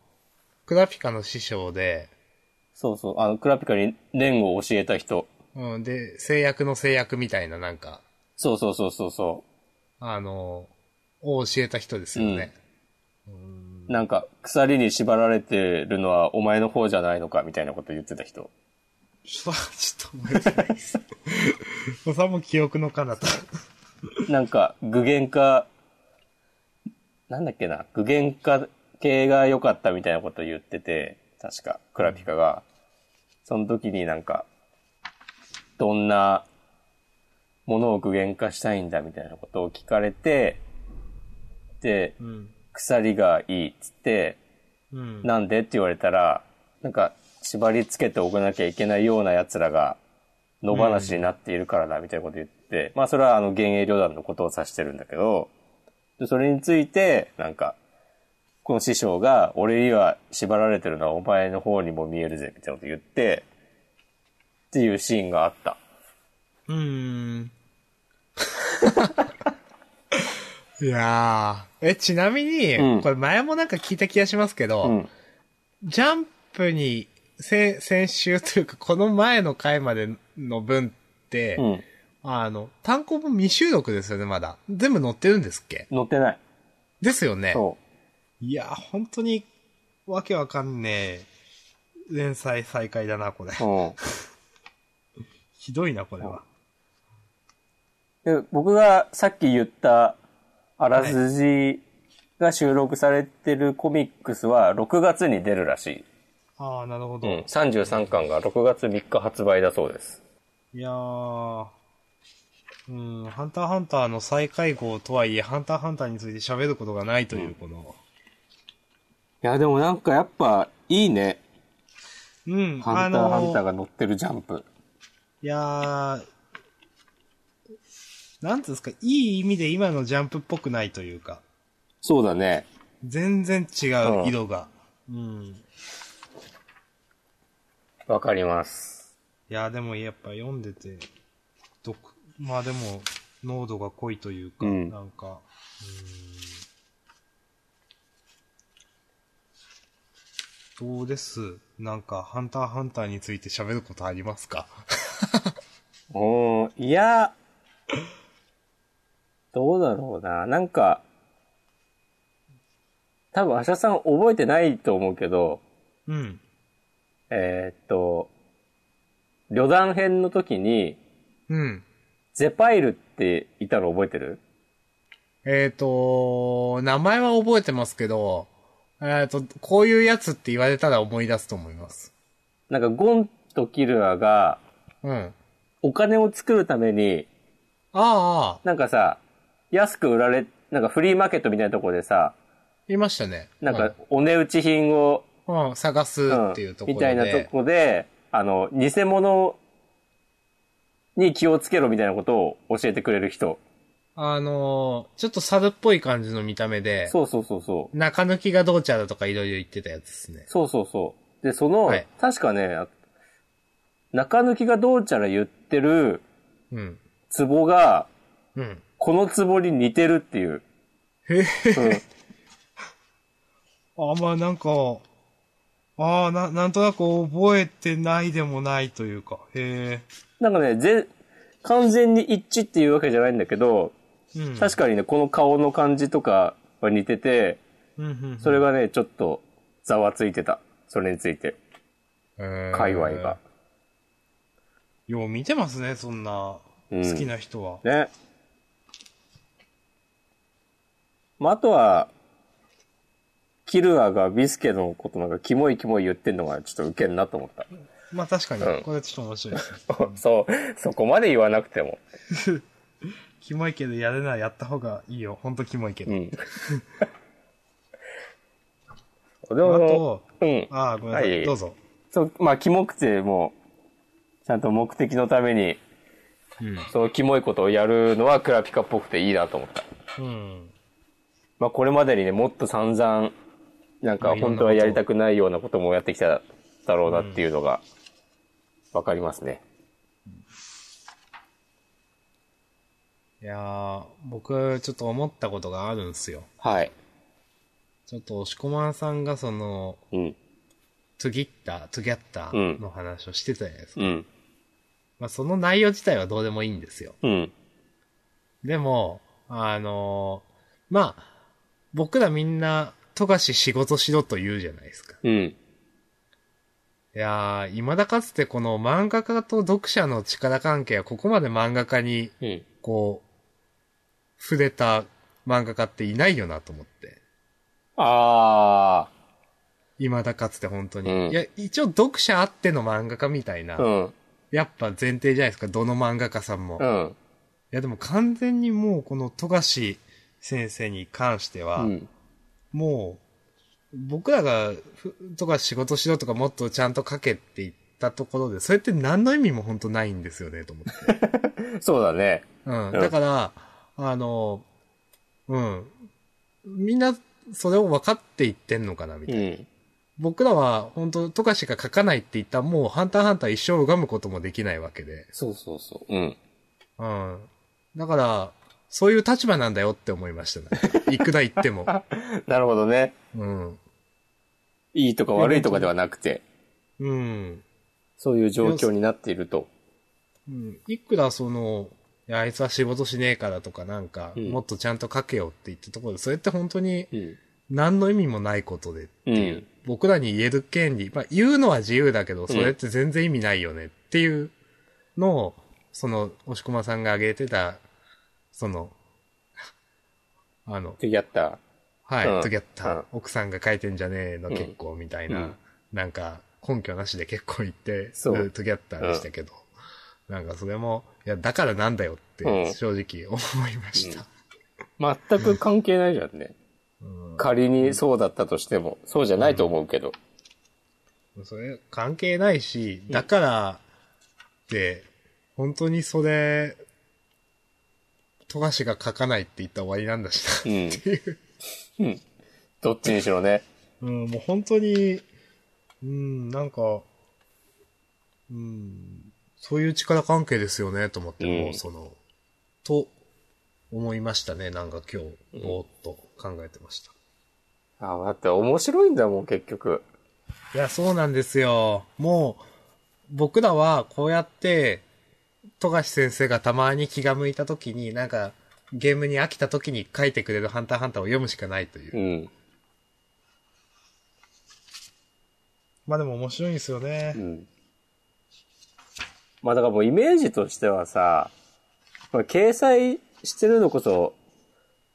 [SPEAKER 2] クラピカの師匠で、
[SPEAKER 1] そうそう。あの、クラピカに連を教えた人。
[SPEAKER 2] うん、で、制約の制約みたいな、なんか、
[SPEAKER 1] そうそうそうそうそ
[SPEAKER 2] あの、を教えた人ですよね。
[SPEAKER 1] う。なんか、鎖に縛られてるのはお前の方じゃないのか、みたいなこと言ってた人。
[SPEAKER 2] ちょっと、ちょっと覚えてないです。おさも記憶の彼方。
[SPEAKER 1] なんか、具現化、なんだっけな、具現化系が良かったみたいなこと言ってて、確か、クラピカが。その時になんか、どんなものを具現化したいんだみたいなことを聞かれて、で、
[SPEAKER 2] うん。
[SPEAKER 1] 鎖がいいっつって、
[SPEAKER 2] うん。
[SPEAKER 1] なんでって言われたら、なんか、縛り付けておかなきゃいけないような奴らが、野放しになっているからだ、みたいなこと言って、まあ、それはあの、幻影旅団のことを指してるんだけど、でそれについて、なんか、この師匠が、俺には縛られてるのはお前の方にも見えるぜ、みたいなこと言って、っていうシーンがあった。
[SPEAKER 2] うーん。いやー。え、ちなみに、
[SPEAKER 1] うん
[SPEAKER 2] これ前もなんか聞いた気がしますけど、
[SPEAKER 1] うん。
[SPEAKER 2] ジャンプに、せ、先週というか、この前の回までの分って、
[SPEAKER 1] うん。
[SPEAKER 2] あの、単行本未収録ですよね、まだ。全部載ってるんですっけ
[SPEAKER 1] 乗ってない。
[SPEAKER 2] ですよね。
[SPEAKER 1] そ
[SPEAKER 2] いやー、本当に、わけわかんねえ、連載再開だな、これ。
[SPEAKER 1] う。うん。
[SPEAKER 2] ひどいな、これは。
[SPEAKER 1] で僕がさっき言ったあらすじが収録されてるコミックスは6月に出るらし
[SPEAKER 2] あー、なるほ
[SPEAKER 1] い。
[SPEAKER 2] ど。
[SPEAKER 1] 33巻が6月3日発売だそうです。
[SPEAKER 2] いやー、うん、ハンターハンターの再会合とはいえ、ハンターハンターについて喋ることがないという、この、
[SPEAKER 1] いや、でもなんかやっぱいいね。
[SPEAKER 2] うん、
[SPEAKER 1] ハ
[SPEAKER 2] あ
[SPEAKER 1] ンターハン
[SPEAKER 2] の
[SPEAKER 1] ターが乗ってるジャンプ。
[SPEAKER 2] いやー、なんていうんですか、いい意味で今のジャンプっぽくないというか、
[SPEAKER 1] そうだね。
[SPEAKER 2] 全然違
[SPEAKER 1] うん
[SPEAKER 2] う色が。うん。い
[SPEAKER 1] わかります。
[SPEAKER 2] やー、でもやっぱ読んでて、どまあでも、濃度が濃いというか、
[SPEAKER 1] うん
[SPEAKER 2] なんか、うん。どうですなんか、ハンターハンターについて喋ることありますか
[SPEAKER 1] おーいや、どうだろうな。なんか、多分、アシャさん覚えてないと思うけど、
[SPEAKER 2] うん。
[SPEAKER 1] えーっと、旅団編の時に、
[SPEAKER 2] うん。
[SPEAKER 1] ゼパイルっていたの覚えてる
[SPEAKER 2] えっ、と、名前は覚えてますけど、えっ、と、こういうやつって言われたら思い出すと思います。
[SPEAKER 1] なんかゴンとキルアが
[SPEAKER 2] うん。あ
[SPEAKER 1] お金を作るために、
[SPEAKER 2] あ、
[SPEAKER 1] なんかさ、安く売られ、なんかフリーマーケットみたいなところでさ、
[SPEAKER 2] いましたね。
[SPEAKER 1] なんかお値打ち品を、
[SPEAKER 2] うん、うん、探す
[SPEAKER 1] うん
[SPEAKER 2] っていうところ
[SPEAKER 1] み
[SPEAKER 2] で。
[SPEAKER 1] たいなとこで、あの、偽物に気をつけろみたいなことを教えてくれる人。
[SPEAKER 2] あのーちょっと猿っぽい感じの見た目で、
[SPEAKER 1] そうそうそうそう。
[SPEAKER 2] 中抜きがどうちゃだとかいろいろ言ってたやつですね。
[SPEAKER 1] そうそうそう。で、その、
[SPEAKER 2] はい
[SPEAKER 1] 確かね、中抜きがどうちゃら言ってる
[SPEAKER 2] うん。
[SPEAKER 1] ツボが、
[SPEAKER 2] うん。
[SPEAKER 1] このツボに似てるっていう。
[SPEAKER 2] へ
[SPEAKER 1] うん
[SPEAKER 2] あ、まあなんか、ああ、な、なんとなく覚えてないでもないというか、へ
[SPEAKER 1] なんかね、ぜ、完全に一致っていうわけじゃないんだけど、
[SPEAKER 2] え。うん。
[SPEAKER 1] 確かにね、この顔の感じとかは似てて、
[SPEAKER 2] うんうんうん
[SPEAKER 1] それがね、ちょっとざわついてた。それについて、界隈が。。
[SPEAKER 2] えーよう見てますね、そんな、
[SPEAKER 1] うん
[SPEAKER 2] 好きな人は。
[SPEAKER 1] ね。まあ、あとは、キルアがビスケのことなんかキモいキモい言ってんのがちょっとウケんなと思った。
[SPEAKER 2] まあ確かに
[SPEAKER 1] うん、
[SPEAKER 2] これちょっと面白いですね。
[SPEAKER 1] そう、そこまで言わなくても。
[SPEAKER 2] キモいけどやるならやった方がいいよ。ほんとキモいけど。
[SPEAKER 1] うん。 で
[SPEAKER 2] あ
[SPEAKER 1] も、
[SPEAKER 2] と、
[SPEAKER 1] うん。
[SPEAKER 2] ああ、ごめんなさい。
[SPEAKER 1] はい
[SPEAKER 2] どうぞ。
[SPEAKER 1] そう、まあ、キモくて、もう、ちゃんと目的のために、
[SPEAKER 2] うん。
[SPEAKER 1] そのキモいことをやるのはクラピカっぽくていいなと思った。
[SPEAKER 2] うん。
[SPEAKER 1] まあ、これまでにね、もっと散々、なんか本当はやりたくないようなこともやってきただろうなっていうのが、わかりますね。
[SPEAKER 2] いやー、僕、ちょっと思ったことがあるんですよ。
[SPEAKER 1] はい。
[SPEAKER 2] ちょっと、押しこまんさんがその、
[SPEAKER 1] うん。
[SPEAKER 2] トゥギッター、トゥギャッタ
[SPEAKER 1] うん
[SPEAKER 2] ーの話をしてたじゃないですか。
[SPEAKER 1] うん。
[SPEAKER 2] まあ、その内容自体はどうでもいいんですよ。
[SPEAKER 1] うん。
[SPEAKER 2] でも、あのーまあ、僕らみんな、富樫仕事しろと言うじゃないですか。
[SPEAKER 1] うん。
[SPEAKER 2] いやー、未だかつてこの漫画家と読者の力関係はここまで漫画家に、
[SPEAKER 1] うん。
[SPEAKER 2] こう、触れた漫画家っていないよなと思って。
[SPEAKER 1] あ
[SPEAKER 2] 未だかつて本当に。
[SPEAKER 1] うん
[SPEAKER 2] いや、一応読者あっての漫画家みたいな、
[SPEAKER 1] あ。うん。
[SPEAKER 2] やっぱ前提じゃないですか、どの漫画家さんも。
[SPEAKER 1] う
[SPEAKER 2] い
[SPEAKER 1] ん。
[SPEAKER 2] や、でも完全にもうこの富樫先生に関して
[SPEAKER 1] う
[SPEAKER 2] は、
[SPEAKER 1] ん。
[SPEAKER 2] もう、僕らが、ふとか仕事しろとかもっとちゃんと書けって言ったところで、それって何の意味も本当ないんですよね、と思って。
[SPEAKER 1] そうだね。
[SPEAKER 2] う
[SPEAKER 1] う
[SPEAKER 2] ん。
[SPEAKER 1] ん
[SPEAKER 2] だから、あの、うん。みんな、それを分かって言ってんのかな、みた
[SPEAKER 1] う
[SPEAKER 2] いな。
[SPEAKER 1] ん。
[SPEAKER 2] 僕らは、本当とかしか書かないって言ったら、もう、ハンターハンター一生拝むこともできないわけで。
[SPEAKER 1] そうそうそう。うん。
[SPEAKER 2] うん。だから、そういう立場なんだよって思いました ね。いくら言っても。
[SPEAKER 1] なるほどね。
[SPEAKER 2] うん。
[SPEAKER 1] いいとか悪いとかではなくて、
[SPEAKER 2] うん。
[SPEAKER 1] そういう状況になっていると。
[SPEAKER 2] うん、いくらその、いやあいつは仕事しねえからとかなんか、
[SPEAKER 1] うん
[SPEAKER 2] もっとちゃんと書けよって言ったところで、それって本当に
[SPEAKER 1] うん。
[SPEAKER 2] 何の意味もないことで、
[SPEAKER 1] うん。
[SPEAKER 2] 僕らに言える権利、まあ言うのは自由だけど、それって全然意味ないよねっていうのを、その、押駒さんが挙げてた、その、あの、
[SPEAKER 1] 次やった。
[SPEAKER 2] はい、
[SPEAKER 1] うん
[SPEAKER 2] トギャッター
[SPEAKER 1] うん
[SPEAKER 2] 奥さんが書いてんじゃねえの結構みたいな、
[SPEAKER 1] うん
[SPEAKER 2] なんか根拠なしで結構言って、
[SPEAKER 1] そう
[SPEAKER 2] るトギャッターでしたけど、なんかそれも、いや、だからなんだよって
[SPEAKER 1] うん
[SPEAKER 2] 正直思いました。
[SPEAKER 1] 全く関係ないじゃんね。
[SPEAKER 2] うん
[SPEAKER 1] 仮にそうだったとしても、そうじゃないと思うけど。
[SPEAKER 2] それ関係ないし、だからって、本当にそれ、富樫が書かないって言ったら終わりなんだし
[SPEAKER 1] う
[SPEAKER 2] な。
[SPEAKER 1] ん。うん。どっちにしろね。
[SPEAKER 2] うん、もう本当に、うん、なんか、うん、そういう力関係ですよね、と思って、
[SPEAKER 1] うん
[SPEAKER 2] もうその、と、思いましたね、なんか今日、ぼーっと考えてました。
[SPEAKER 1] あ、だって面白いんだもん、結局。
[SPEAKER 2] いや、そうなんですよ。もう、僕らはこうやって、富樫先生がたまに気が向いた時に、なんか、ゲームに飽きた時に書いてくれるハンターハンターを読むしかないという
[SPEAKER 1] う。ん。
[SPEAKER 2] まあでも面白いんですよね
[SPEAKER 1] う。ん。まあだからもうイメージとしてはさ、まあ、掲載してるのこそ、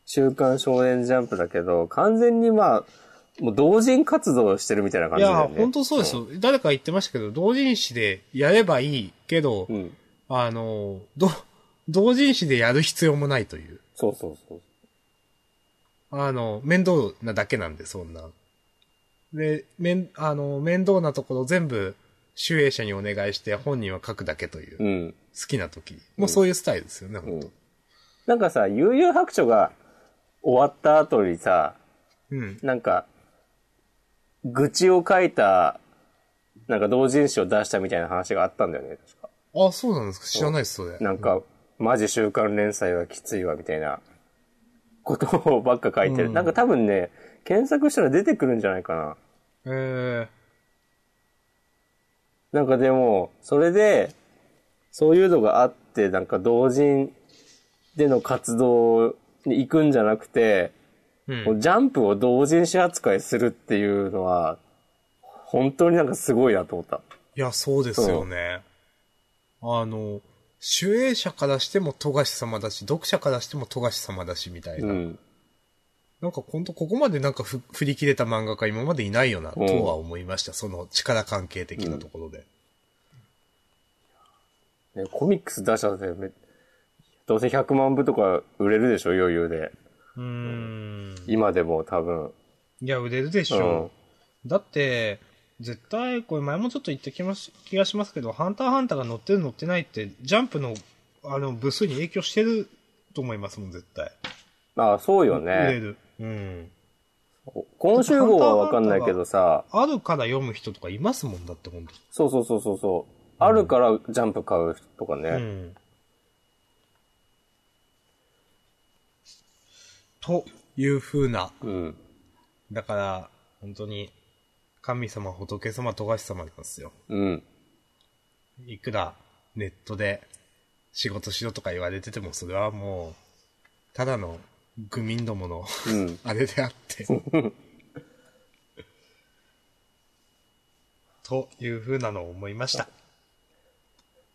[SPEAKER 1] 週刊少年ジャンプだけど、完全にまあ、もう同人活動してるみたいな感
[SPEAKER 2] い
[SPEAKER 1] じだ
[SPEAKER 2] や
[SPEAKER 1] よ、ね。
[SPEAKER 2] 本当そうですよ。誰か言ってましたけど、同人誌でやればいいけど、
[SPEAKER 1] うん。
[SPEAKER 2] あの、ど、同人誌でやる必要もないという。
[SPEAKER 1] そうそうそう。
[SPEAKER 2] あの、面倒なだけなんで、そんな。で、面、あの、面倒なところ全部、集英者にお願いして本人は書くだけという。好
[SPEAKER 1] うん。
[SPEAKER 2] きな時に。もうそういうスタイルですよね、
[SPEAKER 1] う
[SPEAKER 2] ほんと
[SPEAKER 1] ん。なんかさ、悠々白書が終わった後にさ、
[SPEAKER 2] うん。
[SPEAKER 1] なんか、愚痴を書いた、なんか同人誌を出したみたいな話があったんだよね、確か。
[SPEAKER 2] あ、そうなんですか知らないです、それ。
[SPEAKER 1] なんか、マジ週刊連載はきついわ、みたいなことをばっか書いてる。
[SPEAKER 2] うん
[SPEAKER 1] なんか多分ね、検索したら出てくるんじゃないかな。
[SPEAKER 2] え
[SPEAKER 1] なんかでも、それで、そういうのがあって、なんか同人での活動に行くんじゃなくて、
[SPEAKER 2] え
[SPEAKER 1] こうジャンプを同人誌扱いするっていうのは、本当になんかすごいなと思った。
[SPEAKER 2] いや、そうですよね。あの、主営者からしても富樫様だし、読者からしても富�asi様だし、みたいうな。
[SPEAKER 1] ん。
[SPEAKER 2] なんか本当ここまでなんかふ振り切れた漫画家今までいないよな、とは思いました。その力関係的なところで。
[SPEAKER 1] ね、コミックス出したってめ、どうせ100万部とか売れるでしょ、余裕で。
[SPEAKER 2] うーん。
[SPEAKER 1] 今でも多分。
[SPEAKER 2] いや、売れるでしょ。だって、絶対、これ前もちょっと言ってきます、気がしますけど、ハンターハンターが乗ってる乗ってないって、ジャンプの、あの、部数に影響してると思いますもん、絶対。
[SPEAKER 1] ああ、そうよ
[SPEAKER 2] 売れ
[SPEAKER 1] ね。
[SPEAKER 2] る。うん。
[SPEAKER 1] 今週号はわかんないけどさ、
[SPEAKER 2] あるから読む人とかいますもんだって、本
[SPEAKER 1] そうそうそうそうそう。あるからジャンプ買う人とかね。
[SPEAKER 2] 当うん。というふうな、
[SPEAKER 1] うん。
[SPEAKER 2] だから、本当に、神様、仏様、富樫様なんですよ。
[SPEAKER 1] うん。
[SPEAKER 2] いくらネットで仕事しろとか言われてても、それはもう、ただの愚民ど もの、
[SPEAKER 1] うん。
[SPEAKER 2] あれであ って。というふうなのを思いました。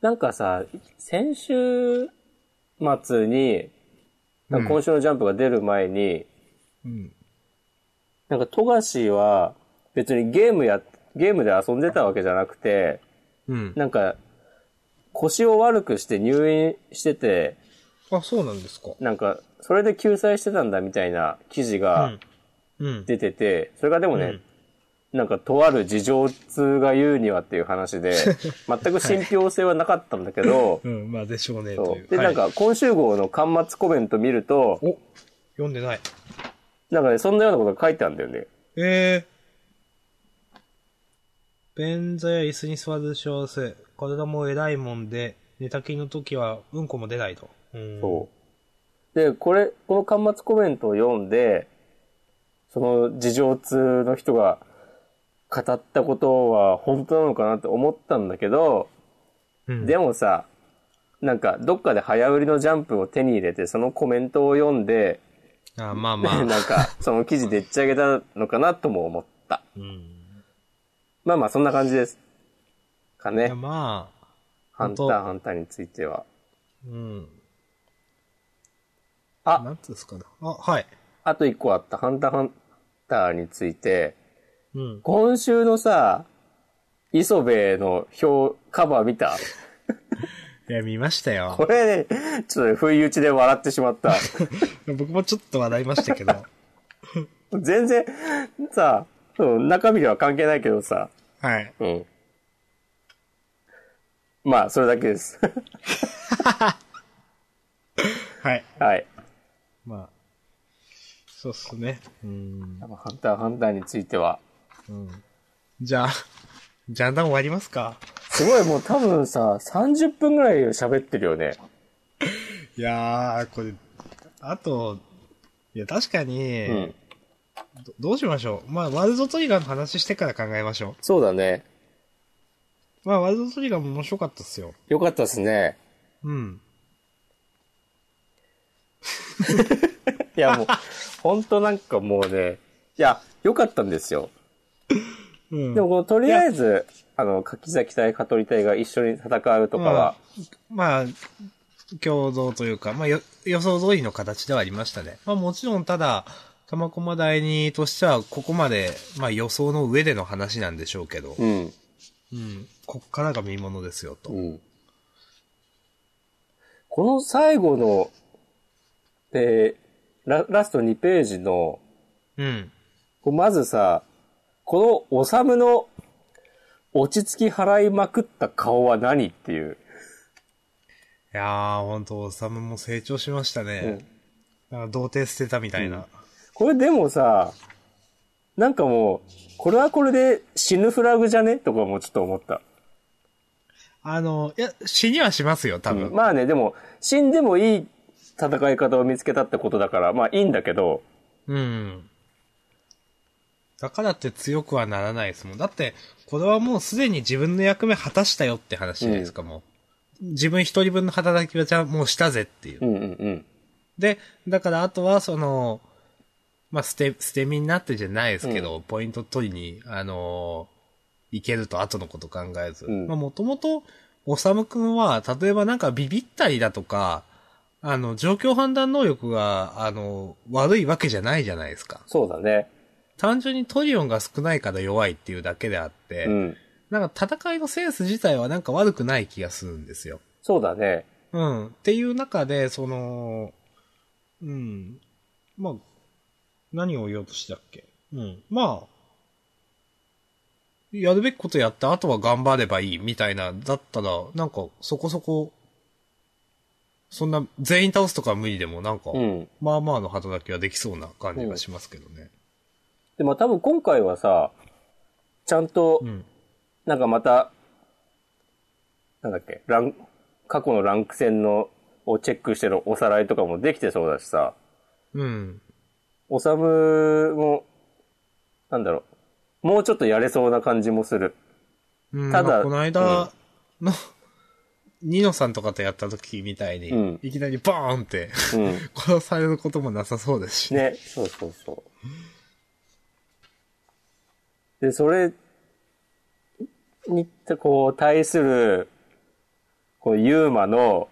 [SPEAKER 1] なんかさ、先週末に、なんか今週のジャンプが出る前に、
[SPEAKER 2] うん。
[SPEAKER 1] なんか富樫は別にゲームや、ゲームで遊んでたわけじゃなくて、
[SPEAKER 2] うん。
[SPEAKER 1] なんか腰を悪くして入院してて、
[SPEAKER 2] あ、そうなんですか。
[SPEAKER 1] なんかそれで救済してたんだみたいな記事
[SPEAKER 2] う
[SPEAKER 1] が
[SPEAKER 2] ん。うん。
[SPEAKER 1] 出てて、それがでもね、なんかとある事情通が言うにはっていう話で、全く信憑性はなかったんだけど、
[SPEAKER 2] うん、まあでしょうね、と
[SPEAKER 1] そ
[SPEAKER 2] いうう。
[SPEAKER 1] で、
[SPEAKER 2] はい
[SPEAKER 1] なんか今週号の端末コメント見ると、
[SPEAKER 2] お読んでない。
[SPEAKER 1] なんかね、そんなようなことが書いてあるんだよね。
[SPEAKER 2] えー、便座や椅子に座る幸せ。体も偉いもんで、寝たきりの時はうんこも出ないと。うん
[SPEAKER 1] そう。で、これ、この端末コメントを読んで、その事情通の人が語ったことは本当なのかなって思ったんだけど、
[SPEAKER 2] うん
[SPEAKER 1] でもさ、なんかどっかで早売りのジャンプを手に入れて、そのコメントを読んで、
[SPEAKER 2] あまあま あ。
[SPEAKER 1] なんかその記事でっち上げたのかなとも思った。
[SPEAKER 2] うん。
[SPEAKER 1] まあまあそんな感じです。か
[SPEAKER 2] い
[SPEAKER 1] ね
[SPEAKER 2] や。まあ、
[SPEAKER 1] ハンター
[SPEAKER 2] 本当
[SPEAKER 1] ハンターについては。
[SPEAKER 2] うん。
[SPEAKER 1] あ
[SPEAKER 2] なんつうんですかね。あ、はい。
[SPEAKER 1] あと一個あった、ハンターハンターについて、
[SPEAKER 2] うん。
[SPEAKER 1] 今週のさ、磯部の表、カバー見た
[SPEAKER 2] いや、見ましたよ
[SPEAKER 1] こ。れね、ちょっとね不意打ちで笑ってしまった。
[SPEAKER 2] 僕もちょっと笑い ましたけど。
[SPEAKER 1] 全然、さ、うん中身では関係ないけどさ、
[SPEAKER 2] はい。
[SPEAKER 1] うん。まあ、それだけです。
[SPEAKER 2] はい。
[SPEAKER 1] はい。
[SPEAKER 2] まあ、そうっすね。うん。
[SPEAKER 1] ハンターハンターについては。
[SPEAKER 2] じゃあ、ジャンダン終わりますか
[SPEAKER 1] すごい、もう多分さ、30分ぐらい喋ってるよね。
[SPEAKER 2] いやー、これ、あと、いや、確かに、
[SPEAKER 1] うん。
[SPEAKER 2] どどうしましょう。まあ、ワールドトリガーの話してから考えましょ
[SPEAKER 1] そうだね。
[SPEAKER 2] う。まあ、ワールドトリガーも面白かったっすよ。
[SPEAKER 1] よかったですね。
[SPEAKER 2] うん。
[SPEAKER 1] いや、もう、ほんとなんかもうね、いや、よかったんですよ。
[SPEAKER 2] うん。
[SPEAKER 1] でもこの、とりあえず、あの、柿崎対香取隊が一緒に戦うとかは、
[SPEAKER 2] まあ、共同というか、まあよ、予想通りの形ではありましたね。まあもちろんただ、玉駒第二としてはここまで、まあ予想の上での話なんでしょうけど、
[SPEAKER 1] うん、
[SPEAKER 2] うん。こっからが見ものですよと。
[SPEAKER 1] うん。この最後の、えーララスト2ページの、
[SPEAKER 2] うん。
[SPEAKER 1] こうまずさ、このおさむの落ち着き払いまくった顔は何っていう。
[SPEAKER 2] いやー、ほんと、おさむも成長しましたね。なんか童貞捨てたみたいな。
[SPEAKER 1] これでもさ、なんかもう、これはこれで死ぬフラグじゃねとかもちょっと思った。
[SPEAKER 2] あの、いや、死にはしますよ、多分。
[SPEAKER 1] まあね、でも、死んでもいい戦い方を見つけたってことだから、まあいいんだけど、
[SPEAKER 2] うん。だからって強くはならないですもん。だって、これはもうすでに自分の役目果たしたよって話じゃないですか、もう。自分一人分の働きはじゃあもうしたぜってい
[SPEAKER 1] う
[SPEAKER 2] う。
[SPEAKER 1] んうんうん。
[SPEAKER 2] で、だからあとはその、まあ、捨て、捨て身になってじゃないですけど、ポイント取りに、あのーいけると後のこと考えず。
[SPEAKER 1] ん
[SPEAKER 2] まあ、もともと、おさむくんは、例えばなんかビビったりだとか、あの、状況判断能力が、あの、悪いわけじゃないじゃないですか。
[SPEAKER 1] そうだね。
[SPEAKER 2] 単純にトリオンが少ないから弱いっていうだけであって、
[SPEAKER 1] うん。
[SPEAKER 2] なんか戦いのセンス自体はなんか悪くない気がするんですよ。
[SPEAKER 1] そうだね。
[SPEAKER 2] うん。っていう中で、その、うん。まあ、何を言おうとしたっけうん。まあ、やるべきことやった後は頑張ればいいみたいな、だったら、なんかそこそこ、そんな全員倒すとかは無理でも、なんか、
[SPEAKER 1] うん。
[SPEAKER 2] まあまあの働きはできそうな感じがしますけどね。
[SPEAKER 1] でも多分今回はさ、ちゃんと
[SPEAKER 2] う、ん。
[SPEAKER 1] なんかまた、なんだっけ、ラン、過去のランク戦の、をチェックしてるおさらいとかもできてそうだしさ、
[SPEAKER 2] うん。
[SPEAKER 1] おさむも、なんだろう、もうちょっとやれそうな感じもする。
[SPEAKER 2] うん、
[SPEAKER 1] ただ
[SPEAKER 2] まあこの間の、 ニノさんとかとやった時みたいに、
[SPEAKER 1] うん
[SPEAKER 2] いきなりバーンって、
[SPEAKER 1] うん。
[SPEAKER 2] 殺される こともなさそうですし。
[SPEAKER 1] ね、そうそうそう。で、それに、こう、対する、こう、ユーマの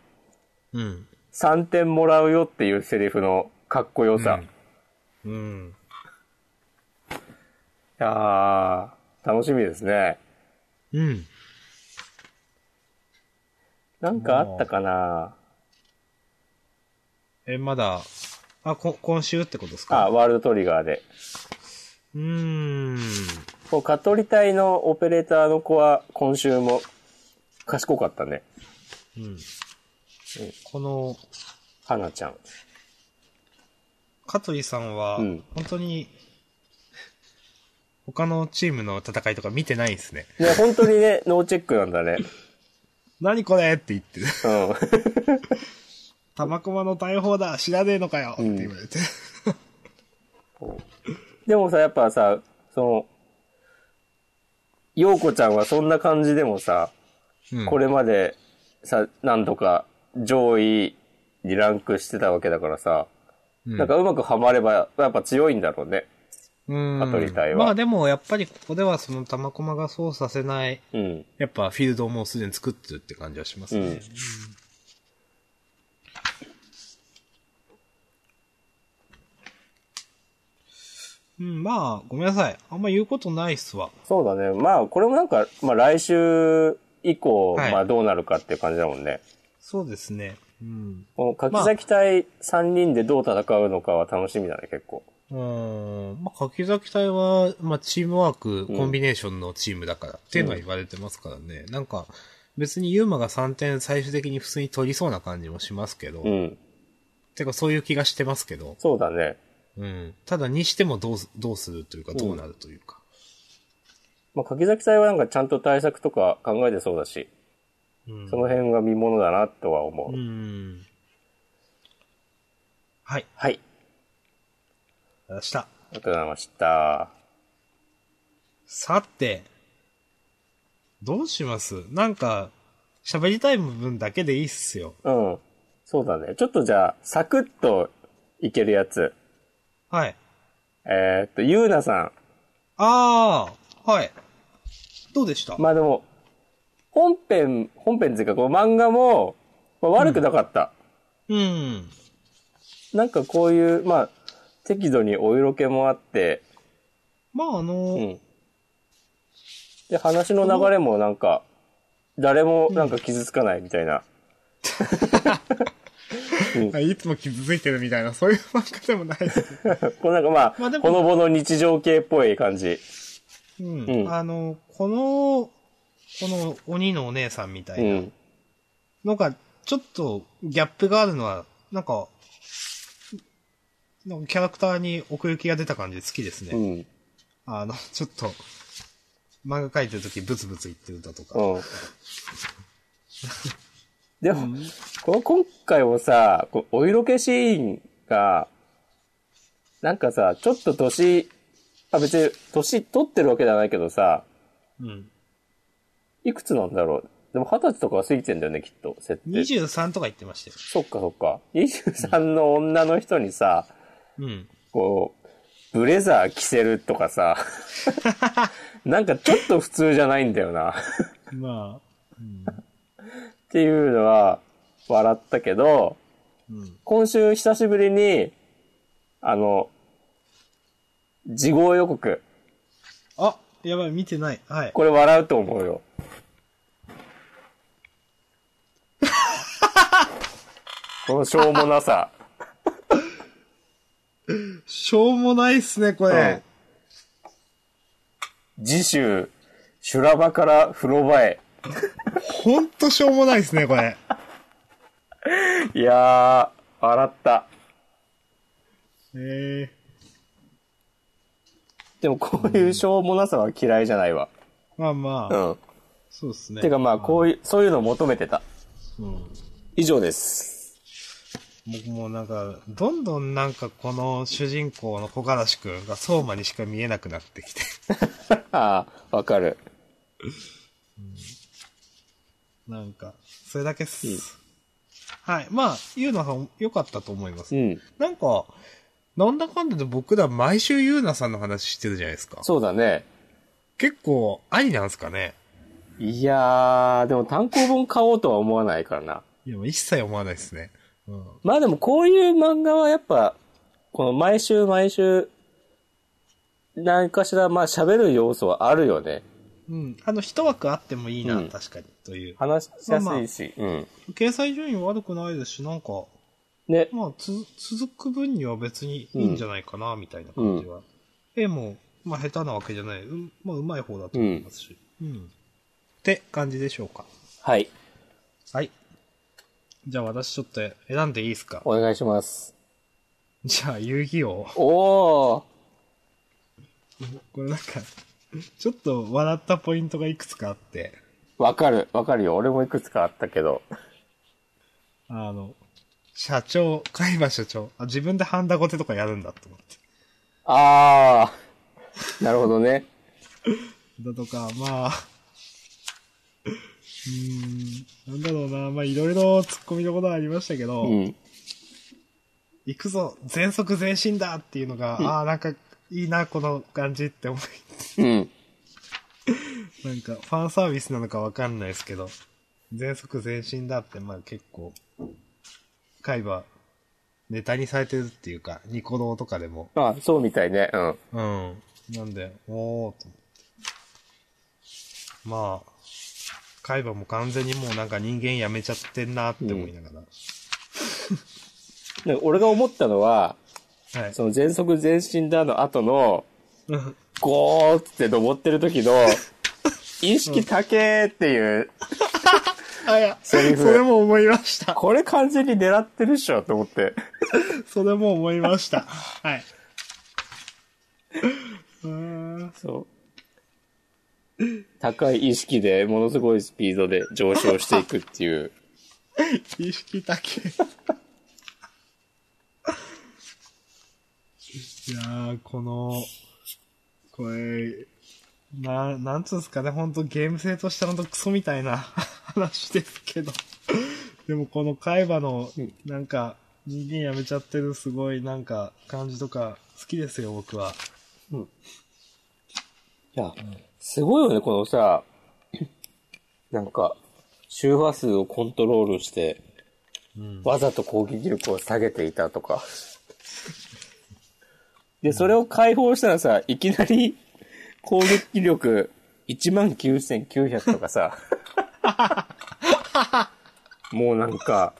[SPEAKER 2] うん。
[SPEAKER 1] 3点もらうよっていうセリフのかっこよさ。
[SPEAKER 2] うん
[SPEAKER 1] い
[SPEAKER 2] うん。
[SPEAKER 1] やー、楽しみですね。
[SPEAKER 2] うん。
[SPEAKER 1] なんかあったかな
[SPEAKER 2] え、まだ、あ、こ、今週ってことですか
[SPEAKER 1] あ、ワールドトリガーで。
[SPEAKER 2] うーん。
[SPEAKER 1] こう、カトリ隊のオペレーターの子は今週も賢かったね。
[SPEAKER 2] うん。この、
[SPEAKER 1] 花ちゃん。
[SPEAKER 2] 香取さんは、
[SPEAKER 1] うん
[SPEAKER 2] 本当に、他のチームの戦いとか見てないんですね。
[SPEAKER 1] ね、本当にね、 ノーチェックなんだね。
[SPEAKER 2] 何これって言 って、
[SPEAKER 1] うん。
[SPEAKER 2] 玉駒の大砲だ知らねえのかよ、
[SPEAKER 1] ん
[SPEAKER 2] って言われて。
[SPEAKER 1] でもさ、やっぱさ、その、陽子ちゃんはそんな感じでもさ、
[SPEAKER 2] うん
[SPEAKER 1] これまでさ、何度か上位にランクしてたわけだからさ、
[SPEAKER 2] うん
[SPEAKER 1] なんかうまくはまれば、やっぱ強いんだろうね。
[SPEAKER 2] うん
[SPEAKER 1] 香取隊は
[SPEAKER 2] まあでも、やっぱりここではその玉駒がそうさせない、
[SPEAKER 1] うん。
[SPEAKER 2] やっぱフィールドをもうすでに作ってるって感じはします
[SPEAKER 1] う
[SPEAKER 2] ね。
[SPEAKER 1] ん。
[SPEAKER 2] うん、まあ、ごめんなさい。あんま言うことないっすわ。
[SPEAKER 1] そうだね。まあ、これもなんか、まあ来週以降、
[SPEAKER 2] はい
[SPEAKER 1] まあどうなるかっていう感じだもんね。
[SPEAKER 2] そうですね。うん。
[SPEAKER 1] この柿崎対3人でどう戦うのかは楽しみだね、結構。
[SPEAKER 2] うーん。まあ、柿崎隊は、まあ、チームワーク、
[SPEAKER 1] うん
[SPEAKER 2] コンビネーションのチームだから、っていうのは言われてますからね。なんか、別にユーマが3点最終的に普通に取りそうな感じもしますけど、
[SPEAKER 1] うん。
[SPEAKER 2] てかそういう気がしてますけど、
[SPEAKER 1] そうだね。
[SPEAKER 2] うん。ただにしてもどうす、どうするというか、どうなるというか。
[SPEAKER 1] まあ、柿崎隊はなんかちゃんと対策とか考えてそうだし、
[SPEAKER 2] うん
[SPEAKER 1] その辺が見ものだなとは思う。
[SPEAKER 2] うん。はい。
[SPEAKER 1] はい。
[SPEAKER 2] 明日。
[SPEAKER 1] ありがとうございました。
[SPEAKER 2] さて、どうしますなんか、喋りたい部分だけでいいっすよ。
[SPEAKER 1] うん。そうだね。ちょっとじゃあ、サクッといけるやつ。
[SPEAKER 2] はい。
[SPEAKER 1] えーっと、ゆうなさ
[SPEAKER 2] ああ、はい。どうでした、
[SPEAKER 1] ん。まあでも、本編、本編っていうか、この漫画も、まあ、悪くなかった。
[SPEAKER 2] うん。
[SPEAKER 1] なんかこういう、まあ、適度にお色気もあって、
[SPEAKER 2] まあ、あの、
[SPEAKER 1] うん。で、話の流れもなんか、誰もなんか傷つかないみたいな。
[SPEAKER 2] いつも傷ついてるみたいな、そういう漫画でもないです。
[SPEAKER 1] こうなんかまあ、
[SPEAKER 2] まあでも
[SPEAKER 1] ほのぼの日常系っぽい感じ。
[SPEAKER 2] うん。
[SPEAKER 1] うん
[SPEAKER 2] あの、この、この鬼のお姉さんみた
[SPEAKER 1] う。
[SPEAKER 2] いなんのが、ちょっとギャップがあるのは、なんか、なんかキャラクターに奥行きが出た感じで好きですね。
[SPEAKER 1] うん。
[SPEAKER 2] あの、ちょっと、漫画描いてるときブツブツ言ってるだとか。
[SPEAKER 1] うん。でも、この今回もさ、こうお色気シーンが、なんかさ、ちょっと年、あ別に年取ってるわけじゃないけどさ、
[SPEAKER 2] うん。
[SPEAKER 1] いくつなんだろう。でも二十歳とかは過ぎてんだよね、きっと、設定。
[SPEAKER 2] 23とか言ってましたよ。
[SPEAKER 1] そっかそっか。23の女の人にさ、
[SPEAKER 2] うん。
[SPEAKER 1] こう、ブレザー着せるとかさ、なんかちょっと普通じゃないんだよな。
[SPEAKER 2] まあ。
[SPEAKER 1] っていうのは笑ったけど、
[SPEAKER 2] ううん。
[SPEAKER 1] 今週久しぶりに、あの、事後予告。
[SPEAKER 2] あ、やばい、見てない。はい。
[SPEAKER 1] これ笑うと思うよ。このしょうもなさ。
[SPEAKER 2] しょうもないっすね、これ。
[SPEAKER 1] 次週、修羅場から風呂場へ。
[SPEAKER 2] ほんとしょうもないっすね、これ。
[SPEAKER 1] いやー、笑った。
[SPEAKER 2] え
[SPEAKER 1] でもこういうしょうもなさは嫌いじゃないわ。
[SPEAKER 2] ー、まあま
[SPEAKER 1] う
[SPEAKER 2] あ、
[SPEAKER 1] ん。
[SPEAKER 2] そうっすね。
[SPEAKER 1] てかまあ、こういう、そういうのを求めてた。
[SPEAKER 2] うん
[SPEAKER 1] 以上です。
[SPEAKER 2] 僕もなんか、どんどんなんかこの主人公の小柄しくんが相馬にしか見えなくなってきて。
[SPEAKER 1] ああ、わかる。
[SPEAKER 2] なんか、それだけっす。
[SPEAKER 1] うん
[SPEAKER 2] はい。まあ、ゆうなさん良かったと思います。
[SPEAKER 1] うん。
[SPEAKER 2] なんか、なんだかんだで僕ら毎週ゆうなさんの話してるじゃないですか。
[SPEAKER 1] そうだね。
[SPEAKER 2] 結構、ありなんすかね。
[SPEAKER 1] いやー、でも単行本買おうとは思わないからな。
[SPEAKER 2] いや、もう一切思わないですね。うん。
[SPEAKER 1] まあでもこういう漫画はやっぱ、この毎週毎週、何かしらまあ喋る要素はあるよね。
[SPEAKER 2] うん。あの、一枠あってもいいな、
[SPEAKER 1] うん
[SPEAKER 2] 確かに。という。
[SPEAKER 1] 話しやすいし。うん。
[SPEAKER 2] 掲載順位悪くないですし、なんか、
[SPEAKER 1] ね。
[SPEAKER 2] まあ、つ、続く分には別にいいんじゃないかな、みたいな感じは。絵も、まあ、下手なわけじゃない。うん、まあ、うまい方だと思いますし。うん。って感じでしょうか。
[SPEAKER 1] はい。
[SPEAKER 2] はい。じゃあ、私ちょっと選んでいいですか
[SPEAKER 1] お願いします。
[SPEAKER 2] じゃあ、遊戯王。
[SPEAKER 1] おー。
[SPEAKER 2] これなんか、ちょっと笑ったポイントがいくつかあって、
[SPEAKER 1] わかる。わかるよ。俺もいくつかあったけど。
[SPEAKER 2] あの、社長、海馬社長、あ、自分でハンダゴテとかやるんだと思って。
[SPEAKER 1] あー。な るほどね。
[SPEAKER 2] だとか、まあ、うーん、なんだろうな、まあいろいろ突っ込みのことはありましたけど、
[SPEAKER 1] うん。
[SPEAKER 2] 行くぞ、全速前進だっていうのが、ああ、なんかいいな、この感じって思い、
[SPEAKER 1] うん。
[SPEAKER 2] なんかファンサービスなのかわかんないですけど、全速前進だって、まあ結構、海馬、ネタにされてるっていうか、ニコ動とかでも、
[SPEAKER 1] あ、そうみたいね。うん。
[SPEAKER 2] うん。なんで、おーと思って。まあ、海馬も完全にもうなんか人間やめちゃってんなって思いながら。
[SPEAKER 1] なんか俺が思ったのは、
[SPEAKER 2] はい。
[SPEAKER 1] その全速前進だの後の、ゴーって登ってる時 の、意識高えっていう、
[SPEAKER 2] あ、いや、そ
[SPEAKER 1] リフ
[SPEAKER 2] れも思いました。
[SPEAKER 1] これ完全に狙ってるっしょと思って。
[SPEAKER 2] それも思いました。 はい。うーん
[SPEAKER 1] そう。高い意識で、ものすごいスピードで上昇していくっていう。
[SPEAKER 2] 意識だけ。いやー、この、これ、な、なんつうんすかね、ほんとゲーム性としてほんとクソみたいな 話ですけど。でもこの海馬の、なんか、人間やめちゃってるすごいなんか感じとか好きですよ、僕は。
[SPEAKER 1] いや、すごいよね、このさ、なんか、周波数をコントロールして、わざと攻撃力を下げていたとか。で、それを解放したらさ、いきなり攻撃力19,900とかさ、もうなんか、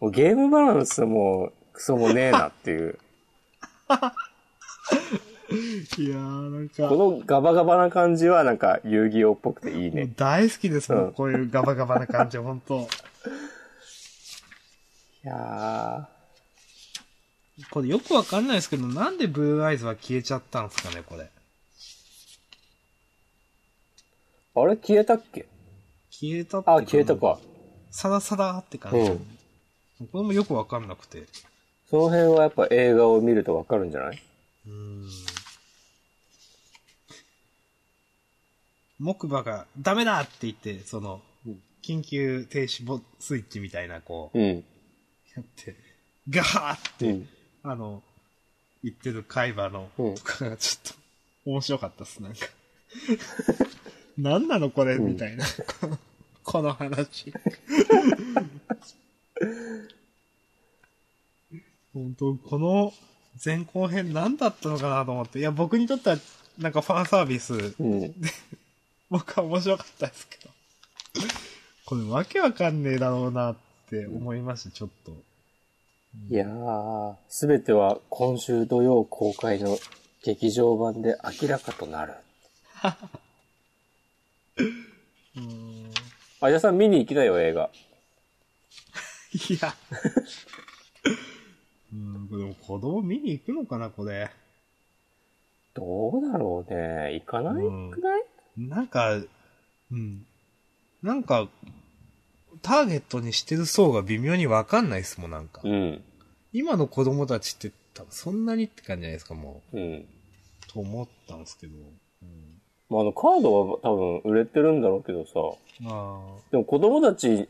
[SPEAKER 1] もうゲームバランスもクソもねえなっていう。
[SPEAKER 2] いやー、なんか、
[SPEAKER 1] こ
[SPEAKER 2] も
[SPEAKER 1] のガバガバな感じはなんか遊戯王っぽくていいうね。
[SPEAKER 2] 大好きです、
[SPEAKER 1] う
[SPEAKER 2] も
[SPEAKER 1] ん
[SPEAKER 2] うこういうガバガバな感じ、ほんと。
[SPEAKER 1] いや
[SPEAKER 2] これよくわかんないですけど、なんでブルーアイズは消えちゃったんですかね、これ。
[SPEAKER 1] ー、あれ消えたっけ
[SPEAKER 2] 消えたって
[SPEAKER 1] あ、消えた。か。
[SPEAKER 2] サラサラって感じ。
[SPEAKER 1] うん。
[SPEAKER 2] これもよくわかんなくて。
[SPEAKER 1] その辺はやっぱ映画を見るとわかるんじゃない
[SPEAKER 2] 木馬がダメだって言って、その、緊急停止ボスイッチみたいな、こう、
[SPEAKER 1] うん。
[SPEAKER 2] やって、ガーッ
[SPEAKER 1] う
[SPEAKER 2] て、
[SPEAKER 1] ん。
[SPEAKER 2] あの、言ってる海馬の
[SPEAKER 1] うん
[SPEAKER 2] とかがちょっと面白かったっす、なんか。 なんなのこれ、みたいな。この話。本当この前後編何だったのかなと思って。いや、僕にとっては、なんかファンサービス、
[SPEAKER 1] うん。
[SPEAKER 2] 僕は面白かったですけど。これ、わけわかんねえだろうなって思いました、ちょっと。
[SPEAKER 1] いやー、すべては今週土曜公開の劇場版で明らかとな る。
[SPEAKER 2] うーん。い
[SPEAKER 1] あやさん見に行きたよ、映画。
[SPEAKER 2] や。うーん、でも子供見に行くのかな、これ。
[SPEAKER 1] どうだろうね。行かない
[SPEAKER 2] うん
[SPEAKER 1] くない、
[SPEAKER 2] なんか、うん。なんか、ターゲットにしてる層が微妙にわかんないっすもん、なんか。
[SPEAKER 1] うん、
[SPEAKER 2] 今の子供たちって多分そんなにって感じじゃないですか、も
[SPEAKER 1] うん。
[SPEAKER 2] う。と思ったんですけど。うん、
[SPEAKER 1] まあ、あの、カードは多分売れてるんだろうけどさ。
[SPEAKER 2] あ
[SPEAKER 1] でも子供たち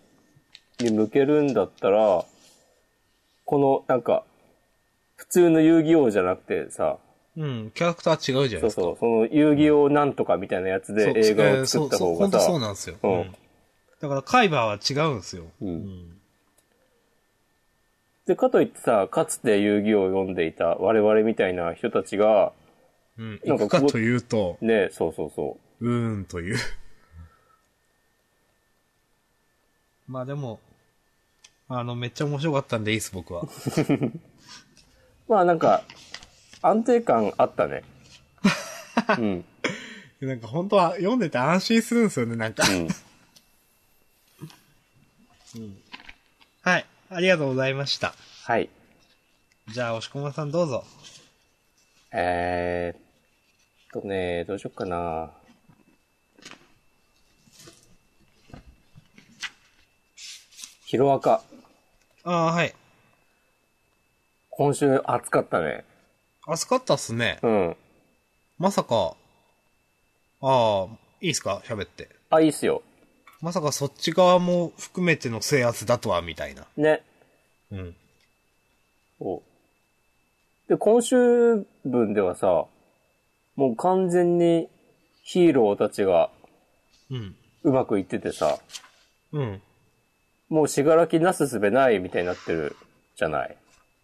[SPEAKER 1] に向けるんだったら、この、なんか、普通の遊戯王じゃなくてさ、
[SPEAKER 2] あ。うん、キャラクター違うじゃな
[SPEAKER 1] そう
[SPEAKER 2] いですか。
[SPEAKER 1] そう、その遊戯王なんとかみたいなやつで映画を作った方
[SPEAKER 2] そう、本当
[SPEAKER 1] が
[SPEAKER 2] そう
[SPEAKER 1] さ、
[SPEAKER 2] なんですよ。
[SPEAKER 1] うん
[SPEAKER 2] だから、カイバーは違うんですよ。
[SPEAKER 1] うん
[SPEAKER 2] うん。
[SPEAKER 1] で、かといってさ、かつて遊戯王を読んでいた我々みたいな人たちが、
[SPEAKER 2] うん。
[SPEAKER 1] ないんかこ
[SPEAKER 2] くか
[SPEAKER 1] う
[SPEAKER 2] というと、
[SPEAKER 1] ね、そうそうそう
[SPEAKER 2] ーんという。 まあでも、あの、めっちゃ面白かったんでいいです、僕は。
[SPEAKER 1] う。まあなんか、安定感あったね。うん、
[SPEAKER 2] なんか本当は読んでて安心するんですよね、なんか。
[SPEAKER 1] うん。
[SPEAKER 2] はい。ありがとうございました。
[SPEAKER 1] はい。
[SPEAKER 2] じゃあ、押し込まさんどうぞ。
[SPEAKER 1] えーっとね、どうしよっかな。ヒロアカ。
[SPEAKER 2] ああー、はい。
[SPEAKER 1] 今週暑かったね。
[SPEAKER 2] 暑かったっすね。
[SPEAKER 1] うん。
[SPEAKER 2] まさか、ああ、いいっすか喋って。
[SPEAKER 1] あ、いいっすよ。
[SPEAKER 2] まさかそっち側も含めての制圧だとは、みたいな。
[SPEAKER 1] ね。
[SPEAKER 2] うん。
[SPEAKER 1] おで、今週分ではさ、もう完全にヒーローたちが
[SPEAKER 2] うん。
[SPEAKER 1] うまくいっててさ、
[SPEAKER 2] うん。
[SPEAKER 1] もうしがらきなすすべないみたいになってるじゃない。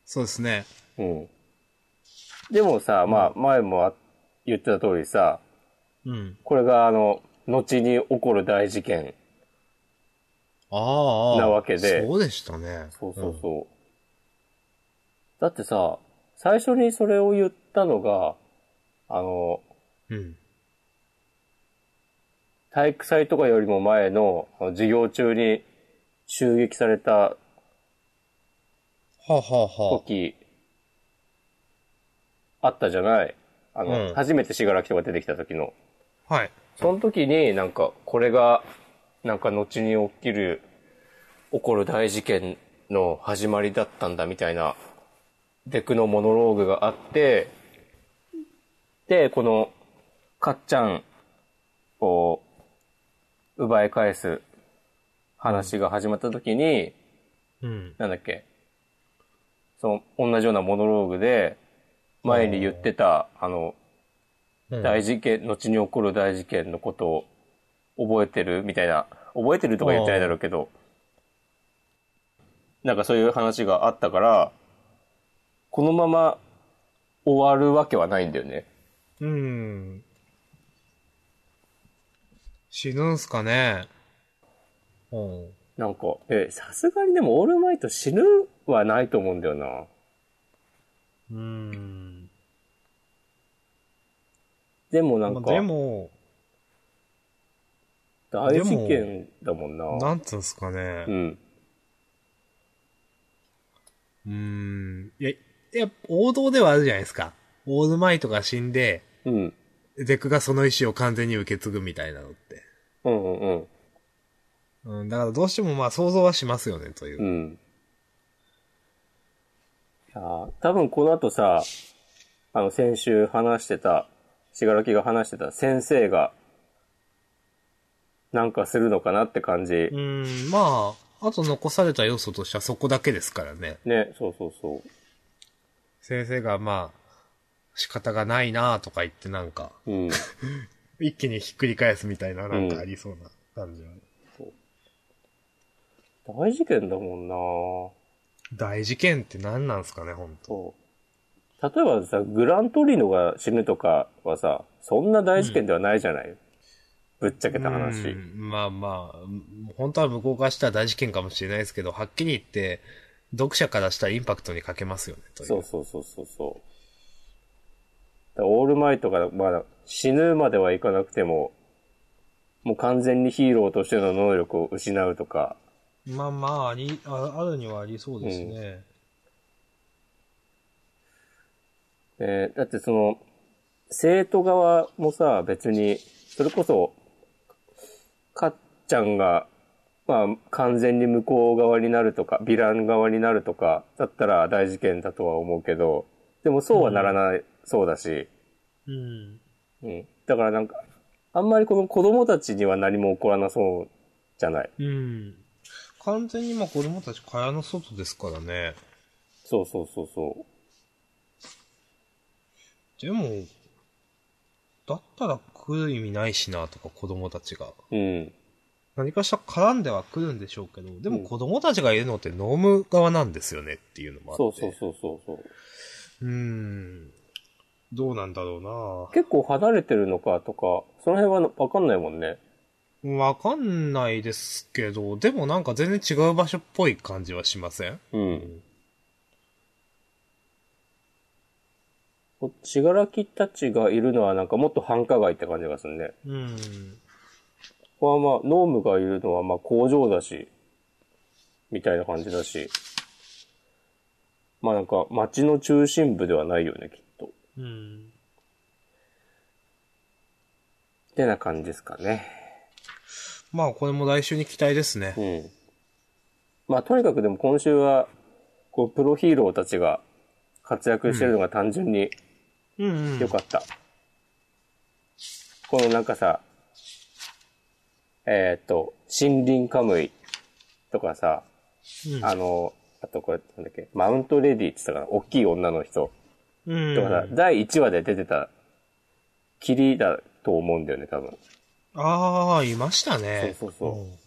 [SPEAKER 2] そうですね。
[SPEAKER 1] うん。でもさ、まあ、前もあ言ってた通りさ、
[SPEAKER 2] うん。
[SPEAKER 1] これが、あの、後に起こる大事件。
[SPEAKER 2] ああああ。
[SPEAKER 1] なわけで
[SPEAKER 2] そうでしたね。
[SPEAKER 1] そうそうそう。だってさ、最初にそれを言ったのが、あの、
[SPEAKER 2] うん。うん。
[SPEAKER 1] 体育祭とかよりも前の、あの授業中に襲撃された
[SPEAKER 2] はあ、はあはあ、
[SPEAKER 1] 時、あったじゃないあの、
[SPEAKER 2] うん
[SPEAKER 1] 初めてしがらきとか出てきた時の。
[SPEAKER 2] はい。
[SPEAKER 1] その時になんか、これが、なんか後に起きる、起こる大事件の始まりだったんだみたいな、デクのモノローグがあって、で、この、かっちゃんを奪い返す話が始まった時に、
[SPEAKER 2] うん。
[SPEAKER 1] なんだっけ、その、同じようなモノローグで、前に言ってた、あの、
[SPEAKER 2] うん
[SPEAKER 1] 大事件、後に起こる大事件のことを覚えてるみたいな、覚えてるとか言ってないだろうけど、なんかそういう話があったから、このまま終わるわけはないんだよね。
[SPEAKER 2] うん。死ぬんすかね。うん。
[SPEAKER 1] なんか、え、さすがにでもオールマイト死ぬはないと思うんだよな。
[SPEAKER 2] うん。
[SPEAKER 1] でもなん
[SPEAKER 2] まあ
[SPEAKER 1] か
[SPEAKER 2] で、も、
[SPEAKER 1] 大事件だもんな。
[SPEAKER 2] なんつうんすかね
[SPEAKER 1] う。ん。
[SPEAKER 2] うーん。いや、いや、王道ではあるじゃないですか。オールマイトが死んで、
[SPEAKER 1] うん。
[SPEAKER 2] デクがその意思を完全に受け継ぐみたいなのって。
[SPEAKER 1] うんうんうん。
[SPEAKER 2] うん、だからどうしてもまあ想像はしますよね、というう。
[SPEAKER 1] ん。いやー多分この後さ、あの、先週話してた、しがらきが話してた先生が、なんかするのかなって感じ
[SPEAKER 2] う。ん、まあ、あと残された要素としてはそこだけですからね。
[SPEAKER 1] ね、そうそうそ
[SPEAKER 2] 先生がまあ、仕方がないなとか言ってなんか、
[SPEAKER 1] う。うん。
[SPEAKER 2] 一気にひっくり返すみたいななんかありそうな感じは。
[SPEAKER 1] 大事件だもんな
[SPEAKER 2] 大事件って何なんすかね、本当
[SPEAKER 1] そう。例えばさ、グラントリーノが死ぬとかはさ、そんな大事件ではないじゃない、ぶっちゃけた話。
[SPEAKER 2] うんまあまあ、うん本当は向こうからしたら大事件かもしれないですけど、はっきり言って、読者からしたらインパクトに欠けますよね、という。
[SPEAKER 1] そうそうそうそうそう。だからオールマイトが、まだ死ぬまではいかなくても、もう完全にヒーローとしての能力を失うとか、
[SPEAKER 2] まあまあ、あり、ああるにはありそうですね。
[SPEAKER 1] えーだってその、生徒側もさ、別に、それこそ、かっちゃんが、まあ、完全に向こう側になるとか、ヴィラン側になるとか、だったら大事件だとは思うけど、でもそうはならない、そうだし、
[SPEAKER 2] うん。
[SPEAKER 1] うん。だからなんか、あんまりこの子供たちには何も起こらなそうじゃない。
[SPEAKER 2] うん。完全に今子供たち蚊帳の外ですからね。
[SPEAKER 1] そうそうそうそう。
[SPEAKER 2] でも、だったら来る意味ないしな、とか子供たちが。
[SPEAKER 1] うん。
[SPEAKER 2] 何かしら絡んでは来るんでしょうけど、でも子供たちがいるのってノーム側なんですよねっていうのもあって。
[SPEAKER 1] そうそうそうそうそう。
[SPEAKER 2] うーん。どうなんだろ
[SPEAKER 1] 結構離れてるのかとか、その辺はわかんないもんね。
[SPEAKER 2] うなわかんないですけど、でもなんか全然違う場所っぽい感じはしません
[SPEAKER 1] うん。しがらきたちがいるのはなんかもっと繁華街って感じがするね。
[SPEAKER 2] うん。
[SPEAKER 1] ここはまあ、ノームがいるのはまあ工場だし、みたいな感じだし。まあなんか街の中心部ではないよね、きっと。
[SPEAKER 2] うん。
[SPEAKER 1] ってな感じですかね。
[SPEAKER 2] まあこれも来週に期待ですね
[SPEAKER 1] う。ん。まあ、とにかくでも今週は、こう、プロヒーローたちが活躍してるのが単純に
[SPEAKER 2] うん、うん。
[SPEAKER 1] 良かった。このなんかさ、えっ、と、森林カムイとかさ、
[SPEAKER 2] うん
[SPEAKER 1] あの、あとこれ、なんだっけ、マウントレディって言ったかな、大きい女の人
[SPEAKER 2] うん。
[SPEAKER 1] とかさ、第1話で出てた、キリだと思うんだよね、多分。
[SPEAKER 2] ああ、いましたね。
[SPEAKER 1] そうそうそう
[SPEAKER 2] うん。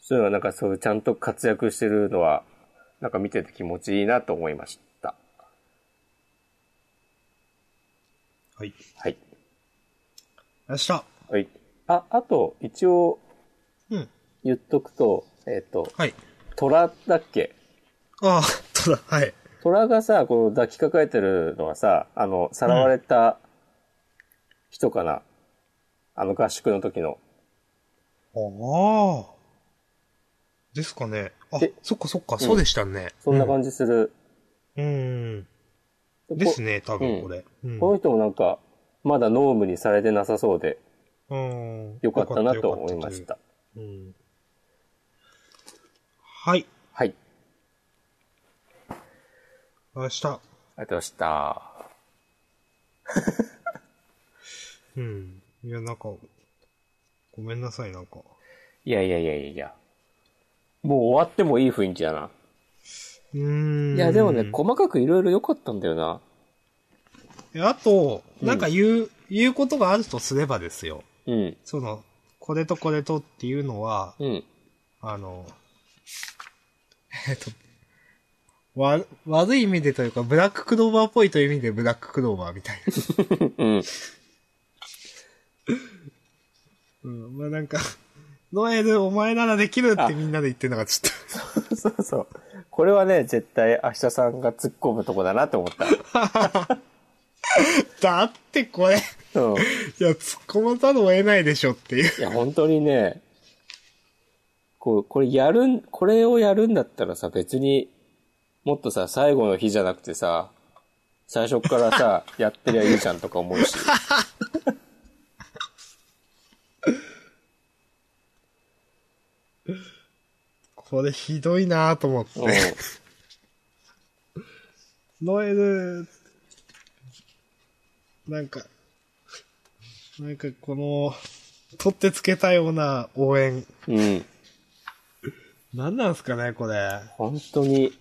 [SPEAKER 1] そういうのはなんかそういうちゃんと活躍してるのは、なんか見てて気持ちいいなと思いました。
[SPEAKER 2] はい。
[SPEAKER 1] はい。
[SPEAKER 2] 明日。
[SPEAKER 1] はい。あ、あと、一応
[SPEAKER 2] うん。
[SPEAKER 1] 言っとくと、えっ、と、
[SPEAKER 2] はい。
[SPEAKER 1] 虎だっけ
[SPEAKER 2] ああ、ただ、はい。
[SPEAKER 1] 虎がさ、この抱きかかえてるのはさ、あの、さらわれた人かな、あの合宿の時の。
[SPEAKER 2] ああ。ですかね。あ
[SPEAKER 1] え、
[SPEAKER 2] そっかそっか、そうでしたね。
[SPEAKER 1] そんな感じする。
[SPEAKER 2] うん。
[SPEAKER 1] こ
[SPEAKER 2] ですね、多分これ。うん
[SPEAKER 1] この人もなんか、まだノームにされてなさそうで、
[SPEAKER 2] うん。
[SPEAKER 1] よかったなと思いました。
[SPEAKER 2] うん。はい。
[SPEAKER 1] はい。あり
[SPEAKER 2] 明日。
[SPEAKER 1] がとうございました。
[SPEAKER 2] うん。いや、なんか、ごめんなさい、なんか。
[SPEAKER 1] いやいやいやいやいや。もう終わってもいい雰囲気だな。
[SPEAKER 2] うーん。
[SPEAKER 1] いや、でもね、細かくいろいろ良かったんだよな。
[SPEAKER 2] えあと、なんか言う、言うことがあるとすればですよ。
[SPEAKER 1] うん。
[SPEAKER 2] その、これとこれとっていうのは、
[SPEAKER 1] うん。
[SPEAKER 2] あの、えっと、わ、悪い意味でというか、ブラッククローバーっぽいという意味でブラッククローバーみたい
[SPEAKER 1] う
[SPEAKER 2] な。
[SPEAKER 1] ん。
[SPEAKER 2] うん、まあなんか、ノエル、お前ならできるってみんなで言ってるのがちょ っ
[SPEAKER 1] そうそう。これはね、絶対明日さんが突っ込むとこだなって思った。
[SPEAKER 2] と、 だってこれ、い
[SPEAKER 1] うん。い
[SPEAKER 2] や、突っ込まざるを得ないでしょっていう。
[SPEAKER 1] や、本当にね、こう、これやるん、これをやるんだったらさ、別に、もっとさ、最後の日じゃなくてさ、最初っから さ、やってりゃいいじゃんとか思うし。
[SPEAKER 2] これひどいなぁと思って。
[SPEAKER 1] うん。
[SPEAKER 2] ノエル、なんか、なんかこの、取ってつけたような応援。
[SPEAKER 1] うん。
[SPEAKER 2] なんなんすかね、これ。
[SPEAKER 1] 本当に。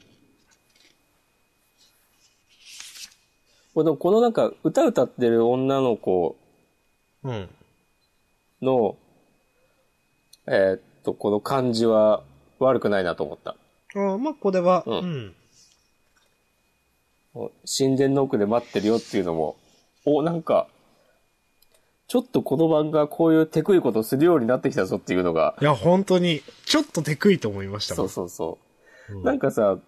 [SPEAKER 1] この、このなんか、歌歌ってる女の子
[SPEAKER 2] うん。
[SPEAKER 1] の、えーっと、この感じは、悪くないなと思った。
[SPEAKER 2] ああまあ、これは、
[SPEAKER 1] うん
[SPEAKER 2] うん。
[SPEAKER 1] 神殿の奥で待ってるよっていうのも、お、なんか、ちょっとこの漫画こういうテクいことをするようになってきたぞっていうのが、
[SPEAKER 2] いや、本当に、ちょっとテクいと思いました
[SPEAKER 1] そ
[SPEAKER 2] もん
[SPEAKER 1] う。そうそう。
[SPEAKER 2] うん
[SPEAKER 1] なんかさ、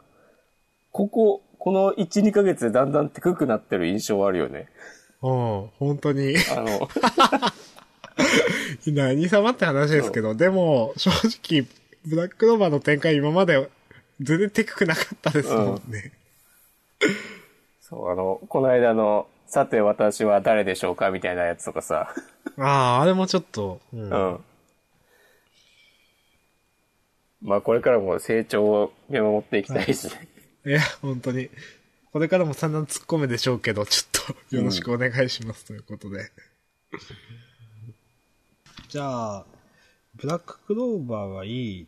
[SPEAKER 1] ここ、この1、2ヶ月でだんだんテクくなってる印象はあるよね。
[SPEAKER 2] うん、本当に。
[SPEAKER 1] あの、
[SPEAKER 2] 何様って話ですけど、でも、正直、ブラックローバーの展開今まで全然テクくなかったですもんね。
[SPEAKER 1] そう、あの、この間の、さて私は誰でしょうかみたいなやつとかさ、
[SPEAKER 2] ああ、あれもちょっと、うん
[SPEAKER 1] う。ん。まあこれからも成長を見守っていきたいですね。
[SPEAKER 2] いや、本当に。これからも散々突っ込めでしょうけど、ちょっとよろしくお願いします、ということで。じゃあ、ブラッククローバーはいい、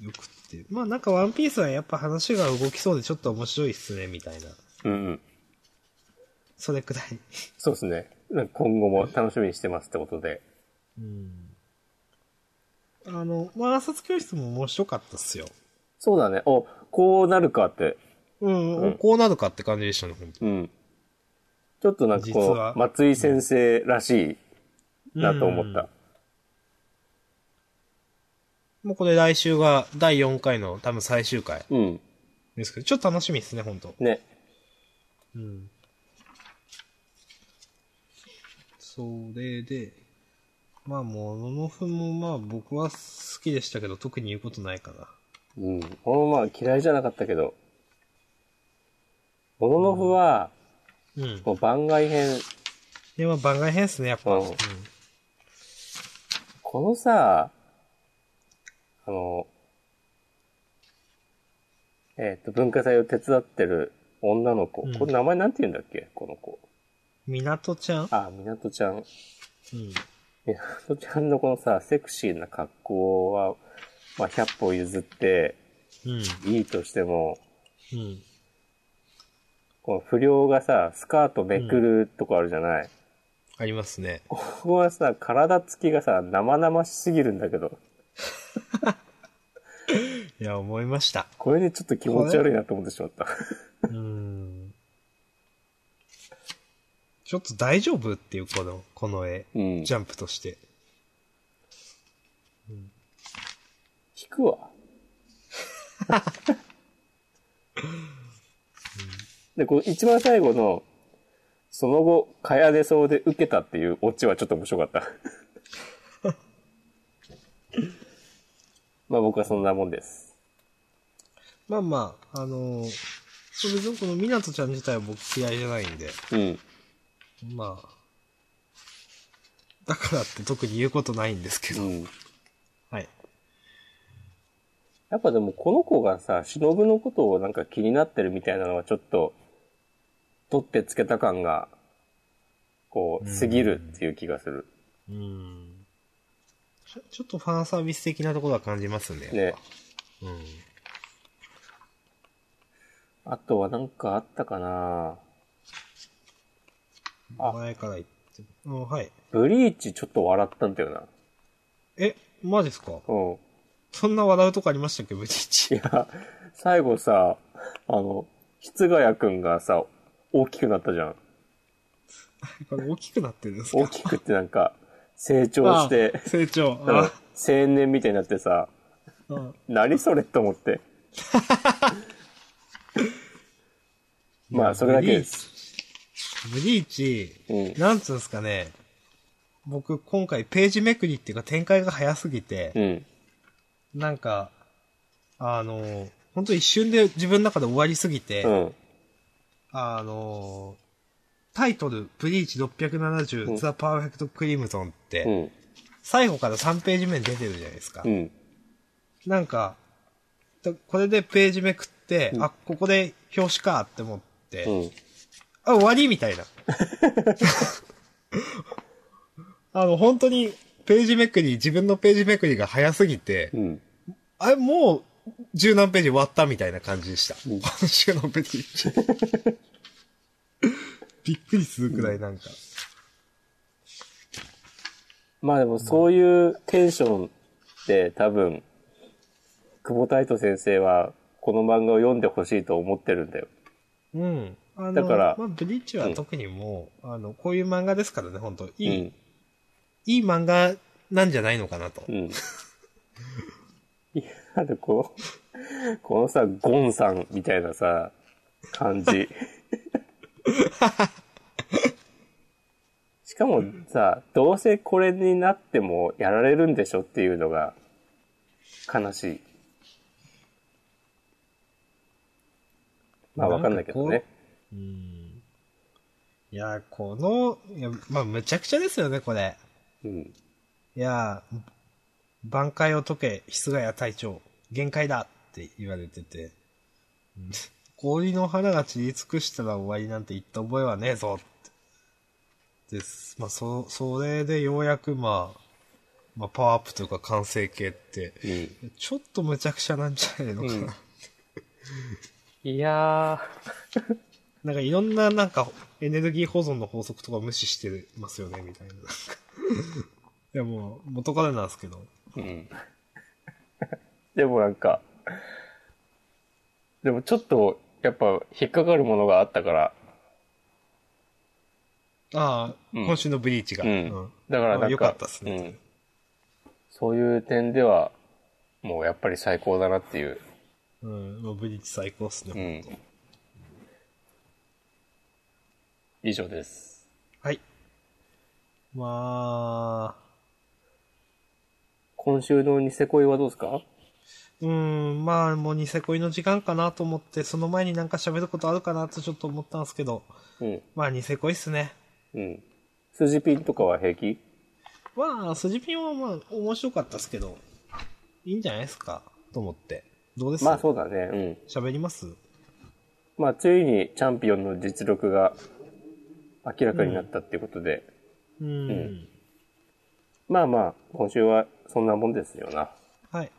[SPEAKER 2] よくって。まあなんかワンピースはやっぱ話が動きそうでちょっと面白いっすね、みたいな。
[SPEAKER 1] うんうん。
[SPEAKER 2] それくらい。
[SPEAKER 1] そうですね。なんか今後も楽しみにしてますってことで。
[SPEAKER 2] うん。あの、まあ暗殺教室も面白かったっすよ。
[SPEAKER 1] そうだね。お、こうなるかって。
[SPEAKER 2] うん、
[SPEAKER 1] うん
[SPEAKER 2] こうなるかって感じでしたね、本当
[SPEAKER 1] うん。ちょっとなんかこ
[SPEAKER 2] 実は
[SPEAKER 1] う、松井先生らしいなと思った。
[SPEAKER 2] もうこれ来週が第4回の多分最終回
[SPEAKER 1] うん。
[SPEAKER 2] ですけど、ちょっと楽しみですね、本当
[SPEAKER 1] ね。
[SPEAKER 2] うん。それで、まあ、もののふも、まあ、僕は好きでしたけど、特に言うことないかな。
[SPEAKER 1] うん。このまま嫌いじゃなかったけど。もののふは、
[SPEAKER 2] うん。
[SPEAKER 1] こう番外編、
[SPEAKER 2] でも、番外編ですね、やっぱ。
[SPEAKER 1] うん
[SPEAKER 2] うん。
[SPEAKER 1] このさ、あの、えっ、と、文化祭を手伝ってる女の子。
[SPEAKER 2] うん
[SPEAKER 1] これ名前なんて言うんだっけこの子。
[SPEAKER 2] みなとちゃんうん。
[SPEAKER 1] あ、みなとちゃん。みなとちゃんのこのさ、セクシーな格好は、まあ、100歩譲って
[SPEAKER 2] うん。
[SPEAKER 1] いいとしても、
[SPEAKER 2] うん。
[SPEAKER 1] この不良がさ、スカートめくるとこあるじゃない、
[SPEAKER 2] ありますね。
[SPEAKER 1] ここはさ、体つきがさ、生々しすぎるんだけど、
[SPEAKER 2] いや、思いました。
[SPEAKER 1] これにちょっと気持ち悪いなと思ってしまった。
[SPEAKER 2] うん。ちょっと大丈夫っていう、この、この絵。
[SPEAKER 1] うん。
[SPEAKER 2] ジャンプとして。
[SPEAKER 1] 引くわ。で、こう、一番最後の、その後、かやでそうで受けたっていうオチはちょっと面白かった。まあ僕はそんなもんです。
[SPEAKER 2] まあまあ、あのー、そう別にこのみなとちゃん自体は僕嫌いじゃないんで、
[SPEAKER 1] うん。
[SPEAKER 2] まあ、だからって特に言うことないんですけ
[SPEAKER 1] う
[SPEAKER 2] ど。
[SPEAKER 1] ん。
[SPEAKER 2] はい。
[SPEAKER 1] やっぱでもこの子がさ、忍のことをなんか気になってるみたいなのはちょっと、取ってつけた感が、こう、すぎるっていう気がする。
[SPEAKER 2] うん。ちょちょっとファンサービス的なところは感じますね。
[SPEAKER 1] ね。
[SPEAKER 2] うん。
[SPEAKER 1] あとはなんかあったかなあ
[SPEAKER 2] 前から言っても。うん、はい。
[SPEAKER 1] ブリーチちょっと笑ったんだよな。
[SPEAKER 2] え、マジですか
[SPEAKER 1] うん。
[SPEAKER 2] そんな笑うとこありましたっけ、ブチッチ。
[SPEAKER 1] いや、最後さ、あの、室ヶ谷くんがさ、大きくなったじゃん。
[SPEAKER 2] これ大きくなってるんですか
[SPEAKER 1] 大きくってなんか、成長して
[SPEAKER 2] あ、成長。
[SPEAKER 1] うん青
[SPEAKER 2] あ、
[SPEAKER 1] 年みたいになってさ、
[SPEAKER 2] うん
[SPEAKER 1] 何それと思って。まあ、それだけです。。
[SPEAKER 2] ブリーチ、
[SPEAKER 1] うん
[SPEAKER 2] なんつうんすかね、僕今回ページめくりっていうか展開が早すぎ
[SPEAKER 1] う
[SPEAKER 2] て、
[SPEAKER 1] ん。
[SPEAKER 2] なんか、あの、本当一瞬で自分の中で終わりすぎて、
[SPEAKER 1] うん。
[SPEAKER 2] あの、タイトル、ブリーチ670、ザ・パーフェクト・クリムゾンって、
[SPEAKER 1] うん。
[SPEAKER 2] 最後から3ページ目に出てるじゃないですか。
[SPEAKER 1] うん。
[SPEAKER 2] なんか、だこれでページめくって、
[SPEAKER 1] うん
[SPEAKER 2] あ、ここで表紙かって思って、
[SPEAKER 1] うん。
[SPEAKER 2] あ、終わりみたいな。 あの、本当に、ページめくり、自分のページめくりが早すぎて、
[SPEAKER 1] うん。
[SPEAKER 2] あれ、もう、十何ページ終わったみたいな感じでした。
[SPEAKER 1] うん
[SPEAKER 2] 今週のページ。 びっくりするくらいなんか。
[SPEAKER 1] まあでもそういうテンションって多分、久保太斗先生は、この漫画を読んでほしいと思ってるんだよ。
[SPEAKER 2] うん。あの
[SPEAKER 1] だから
[SPEAKER 2] まあ、ブリッジは特にもう、あの、こういう漫画ですからね、本当いい、
[SPEAKER 1] うん。
[SPEAKER 2] いい漫画なんじゃないのかなと。
[SPEAKER 1] うん。いや、で、こう、このさ、ゴンさんみたいなさ、感 じ。しかもさ、どうせこれになってもやられるんでしょっていうのが、悲しい。まあわかんないけど
[SPEAKER 2] なん
[SPEAKER 1] ね
[SPEAKER 2] か。うん。いや、この、いや、まあ、むちゃくちゃですよね、これ。
[SPEAKER 1] うん。
[SPEAKER 2] いや、挽回を解け、室ヶ谷隊長、限界だって言われてて、うん氷の花が散り尽くしたら終わりなんて言った覚えはねえぞって。です。まあ、そ、それでようやく、まあ、まあ、パワーアップというか完成形って、
[SPEAKER 1] うん。
[SPEAKER 2] ちょっと無茶苦茶なんじゃないのかな。
[SPEAKER 1] うんいや
[SPEAKER 2] なんかいろんななんかエネルギー保存の法則とか無視してますよね、みたいな。なん かいやもう元からなんですけど。
[SPEAKER 1] ー。うん。でもなんか、でもちょっと、やっぱ引っかかるものがあったから、
[SPEAKER 2] ああ、
[SPEAKER 1] うん
[SPEAKER 2] 今週のブリーチが。
[SPEAKER 1] うんだからなんか
[SPEAKER 2] あ良かったですね。
[SPEAKER 1] うんそういう点では、もうやっぱり最高だなっていう。
[SPEAKER 2] うん、もうブリーチ最高っすね、
[SPEAKER 1] うん
[SPEAKER 2] ほんと
[SPEAKER 1] 以上です。
[SPEAKER 2] はい。まあ、
[SPEAKER 1] 今週のニセ恋はどうですか
[SPEAKER 2] うーん、まあもうニセ恋の時間かなと思って、その前になんか喋ることあるかなとちょっと思ったんですけど、
[SPEAKER 1] うん。
[SPEAKER 2] まあニセ恋っすね。
[SPEAKER 1] うん。筋ピンとかは平気
[SPEAKER 2] まあ、筋ピンはまあ面白かったっすけど、いいんじゃないですか、と思って。どうです
[SPEAKER 1] まあそうだね。
[SPEAKER 2] 喋ります
[SPEAKER 1] うん。まあついにチャンピオンの実力が明らかになったっていうことで、
[SPEAKER 2] うん。
[SPEAKER 1] まあまあ、今週はそんなもんですよな。
[SPEAKER 2] はい。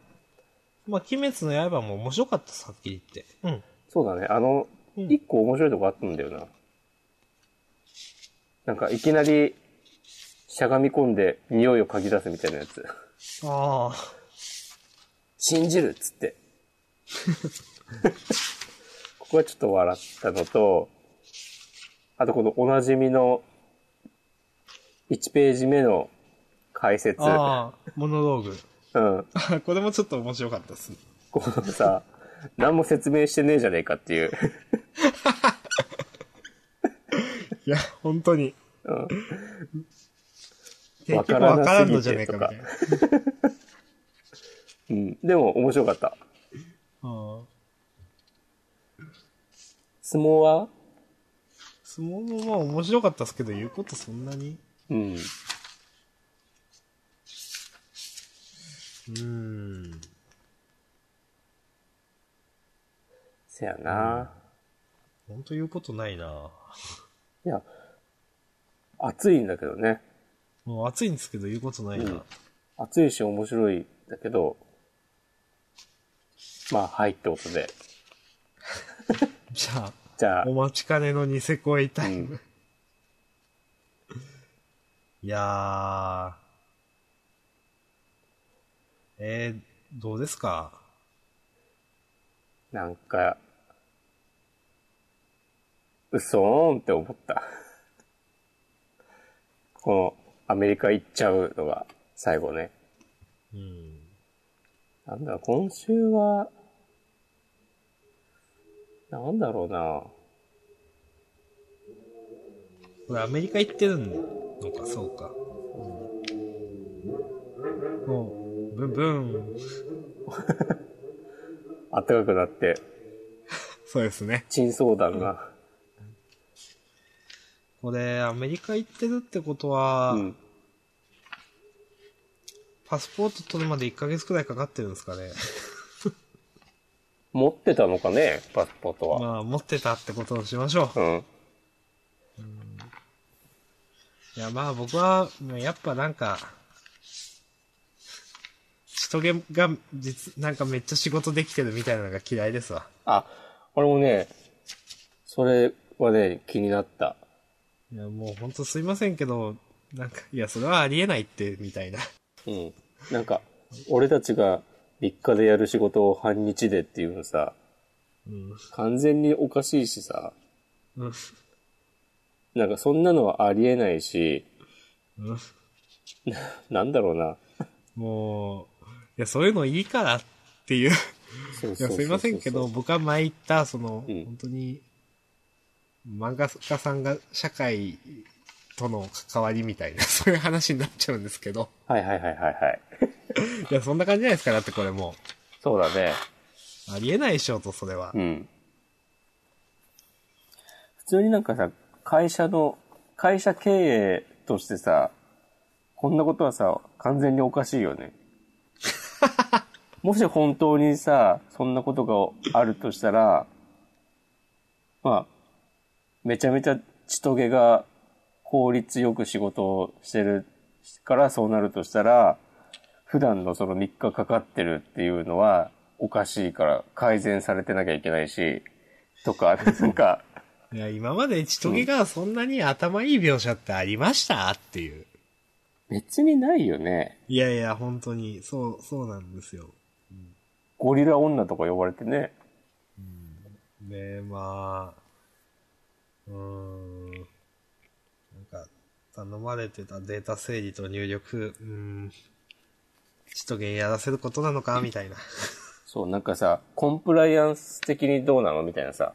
[SPEAKER 2] まあ、鬼滅の刃も面白かったっす、はっきり言って。
[SPEAKER 1] そうだね。あの、
[SPEAKER 2] うん
[SPEAKER 1] 一個面白いとこあったんだよな。なんか、いきなり、しゃがみ込んで、匂いを嗅ぎ出すみたいなや つ。
[SPEAKER 2] うん。ああ。
[SPEAKER 1] 信じるっつって。 ここはちょっと笑ったのと、あとこのおなじみの、1ページ目の解説。う
[SPEAKER 2] あ あ、モノローグ。
[SPEAKER 1] ん。
[SPEAKER 2] あこれもちょっと面白かったですね。
[SPEAKER 1] このさ、何も説明してねえじゃねえかっていう。
[SPEAKER 2] いや、本当に。
[SPEAKER 1] うん
[SPEAKER 2] 結局わからんのじゃねえかみたいな。
[SPEAKER 1] うん。でも、面白かった。
[SPEAKER 2] ああ
[SPEAKER 1] 相撲は
[SPEAKER 2] 相撲もまあ面白かったですけど、言うことそんなに。
[SPEAKER 1] うん。
[SPEAKER 2] うーん。
[SPEAKER 1] せやな、
[SPEAKER 2] 本当言うことないない
[SPEAKER 1] や、暑いんだけどね。
[SPEAKER 2] もう暑いんですけど言うことないな。
[SPEAKER 1] うん暑いし面白いんだけど、まあ、はいってことで。
[SPEAKER 2] じゃ
[SPEAKER 1] じゃ
[SPEAKER 2] あ
[SPEAKER 1] あ、、
[SPEAKER 2] お待ちかねのニセ恋タイム。
[SPEAKER 1] うん
[SPEAKER 2] いやー。えー、どうですか
[SPEAKER 1] なんか、うそーんって思った。この、アメリカ行っちゃうのが、最後ね。
[SPEAKER 2] うん。
[SPEAKER 1] なんだ、今週は、なんだろうな
[SPEAKER 2] これアメリカ行ってるのか、そうか。もう、ブンブン。
[SPEAKER 1] 暖かくなって、
[SPEAKER 2] そうですね。
[SPEAKER 1] 珍相談が。
[SPEAKER 2] これ、アメリカ行ってるってことは、
[SPEAKER 1] うん。
[SPEAKER 2] パスポート取るまで1ヶ月くらいかかってるんですかね。
[SPEAKER 1] 持ってたのかね、パスポートは。
[SPEAKER 2] まあ、持ってたってことをしましょう。
[SPEAKER 1] うん。
[SPEAKER 2] いや、まあ僕は、やっぱなんか、人げが、実、なんかめっちゃ仕事できてるみたいなのが嫌いですわ。
[SPEAKER 1] あ、俺もね、それはね、気になった。
[SPEAKER 2] いや、もうほんとすいませんけど、なんか、いや、それはありえないって、みたいな。
[SPEAKER 1] うん。なんか、俺たちが3日でやる仕事を半日でっていうのさ、
[SPEAKER 2] うん。
[SPEAKER 1] 完全におかしいしさ、
[SPEAKER 2] うん。
[SPEAKER 1] なんかそんなのはありえないし、
[SPEAKER 2] うん
[SPEAKER 1] なんだろうな。
[SPEAKER 2] もう、いや、そういうのいいからっていう。
[SPEAKER 1] そう
[SPEAKER 2] い
[SPEAKER 1] そうそう
[SPEAKER 2] や、
[SPEAKER 1] そう
[SPEAKER 2] すいませんけど、、僕は前言った、その、
[SPEAKER 1] うん
[SPEAKER 2] 本当に、漫画家さんが社会との関わりみたいな、そういう話になっちゃうんですけど。
[SPEAKER 1] はいはいはいはいはい。
[SPEAKER 2] いや、そんな感じじゃないですか、だってこれも
[SPEAKER 1] そうだね。
[SPEAKER 2] う。ありえないでしょ、と、それは。
[SPEAKER 1] うん。普通になんかさ、会社の、会社経営としてさ、こんなことはさ、完全におかしいよね。もし本当にさ、そんなことがあるとしたら、まあ、めちゃめちゃちとげが効率よく仕事をしてるからそうなるとしたら、普段のその3日かかってるっていうのはおかしいから改善されてなきゃいけないし、とか、なんか、
[SPEAKER 2] いや、今までちとげがそんなに頭いい描写ってありましたっていう。
[SPEAKER 1] 別にないよね。
[SPEAKER 2] いやいや、本当に、そう、そうなんですよ。
[SPEAKER 1] ゴリラ女とか呼ばれてね。
[SPEAKER 2] ねまあ、うーん。なんか、頼まれてたデータ整理と入力、うーん。ちとげんやらせることなのかみたいな。
[SPEAKER 1] そう、なんかさ、コンプライアンス的にどうなのみたいなさ、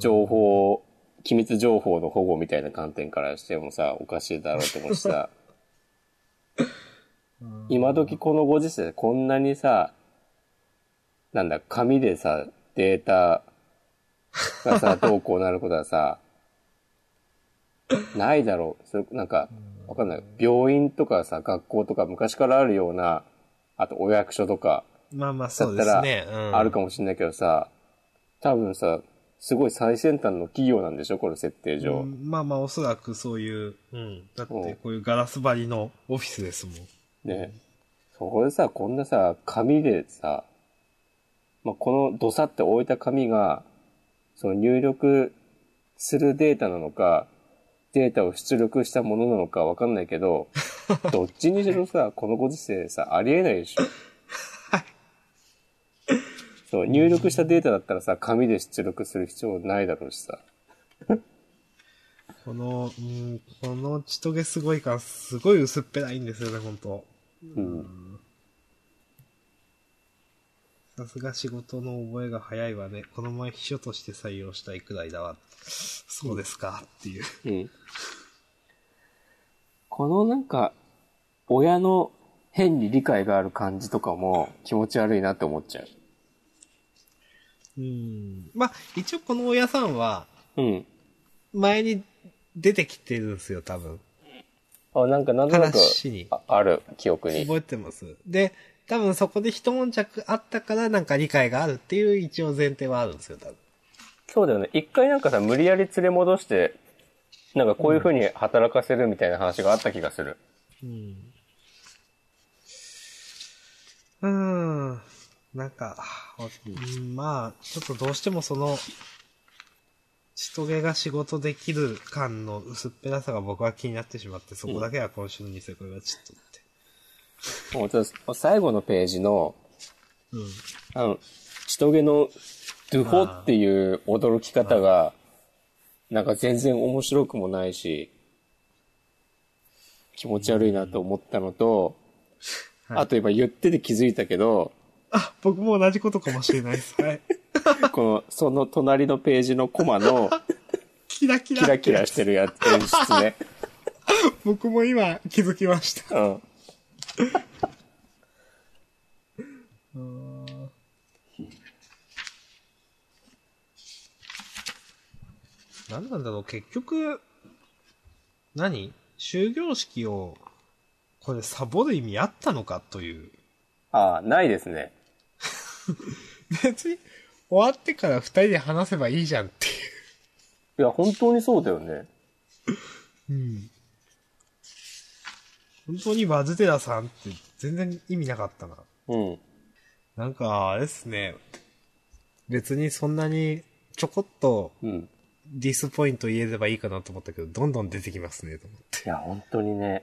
[SPEAKER 1] 情報、機密情報の保護みたいな観点からしてもさ、おかしいだろうと思うしさ、今時このご時世こんなにさ、なんだ、紙でさ、データがさ、どうこうなることはさ、ないだろう。それ、なんか、わかんない。病院とかさ、学校とか昔からあるような、あとお役所とか、
[SPEAKER 2] まあまあ、
[SPEAKER 1] だ
[SPEAKER 2] そ
[SPEAKER 1] っ
[SPEAKER 2] う
[SPEAKER 1] た
[SPEAKER 2] です
[SPEAKER 1] ら
[SPEAKER 2] ね。うん。
[SPEAKER 1] あるかもしれないけどさ、多分さ、すごい最先端の企業なんでしょこの設定上。
[SPEAKER 2] うんまあまあ、おそらくそういう、うん。だっ
[SPEAKER 1] う
[SPEAKER 2] て
[SPEAKER 1] ん、
[SPEAKER 2] こういうガラス張りのオフィスですもん。
[SPEAKER 1] ね。そこでさ、こんなさ、紙でさ、まあ、このドサって置いた紙が、その入力するデータなのか、データを出力したものなのかわかんないけ ど、どっちにしろさ、このご時世さ、ありえないでしょ。そう、入力したデータだったらさ、紙で出力する必要ないだろうしさ。
[SPEAKER 2] この、うん、このちとげすごい感、すごい薄っぺらいんですよね、本当
[SPEAKER 1] うん。
[SPEAKER 2] さすが仕事の覚えが早いわね。この前秘書として採用したいくらいだわ。そうですか、っていう。
[SPEAKER 1] うん。このなんか、親の変に理解がある感じとかも気持ち悪いなって思っちゃう。
[SPEAKER 2] うん。まあ、一応この親さんは、
[SPEAKER 1] うん。
[SPEAKER 2] 前に出てきてるんですよ、多分。
[SPEAKER 1] あ、なんかなんとなく
[SPEAKER 2] 話に
[SPEAKER 1] あある記憶に。
[SPEAKER 2] 覚えてます。で、多分そこで一悶着あったからなんか理解があるっていう一応前提はあるんですよ、多分。
[SPEAKER 1] そうだよね。一回なんかさ、無理やり連れ戻して、なんかこういう風に働かせるみたいな話があった気がする。
[SPEAKER 2] うん。うーん。なんか、わうんまあ、ちょっとどうしてもその、ちとげが仕事できる感の薄っぺらさが僕は気になってしまって、そこだけは今週のニセコがちょっとって。
[SPEAKER 1] もうちょっと最後のページの、
[SPEAKER 2] うん。
[SPEAKER 1] あの、ちとげのドゥホっていう驚き方が、なんか全然面白くもないし、気持ち悪いなと思ったのと、
[SPEAKER 2] はい
[SPEAKER 1] あと今言ってて気づいたけど、
[SPEAKER 2] あ、僕も同じことかもしれないです。はい。
[SPEAKER 1] この、その隣のページのコマの
[SPEAKER 2] キラキラ。
[SPEAKER 1] キラキラしてるやつ、演出ね。
[SPEAKER 2] 僕も今気づきました。
[SPEAKER 1] うん。
[SPEAKER 2] 何なんだろう、結局、何終業式を、これサボる意味あったのかという。
[SPEAKER 1] ああ、ないですね。
[SPEAKER 2] 別に、終わってから二人で話せばいいじゃんってい
[SPEAKER 1] いや、本当にそうだよね。
[SPEAKER 2] う。うん。本当にマズテラさんって全然意味なかったな。
[SPEAKER 1] うん。
[SPEAKER 2] なんか、あれですね。別にそんなにちょこっと
[SPEAKER 1] うん。
[SPEAKER 2] ディスポイント言えればいいかなと思ったけど、どんどん出てきますね、と思って。
[SPEAKER 1] いや、本当にね。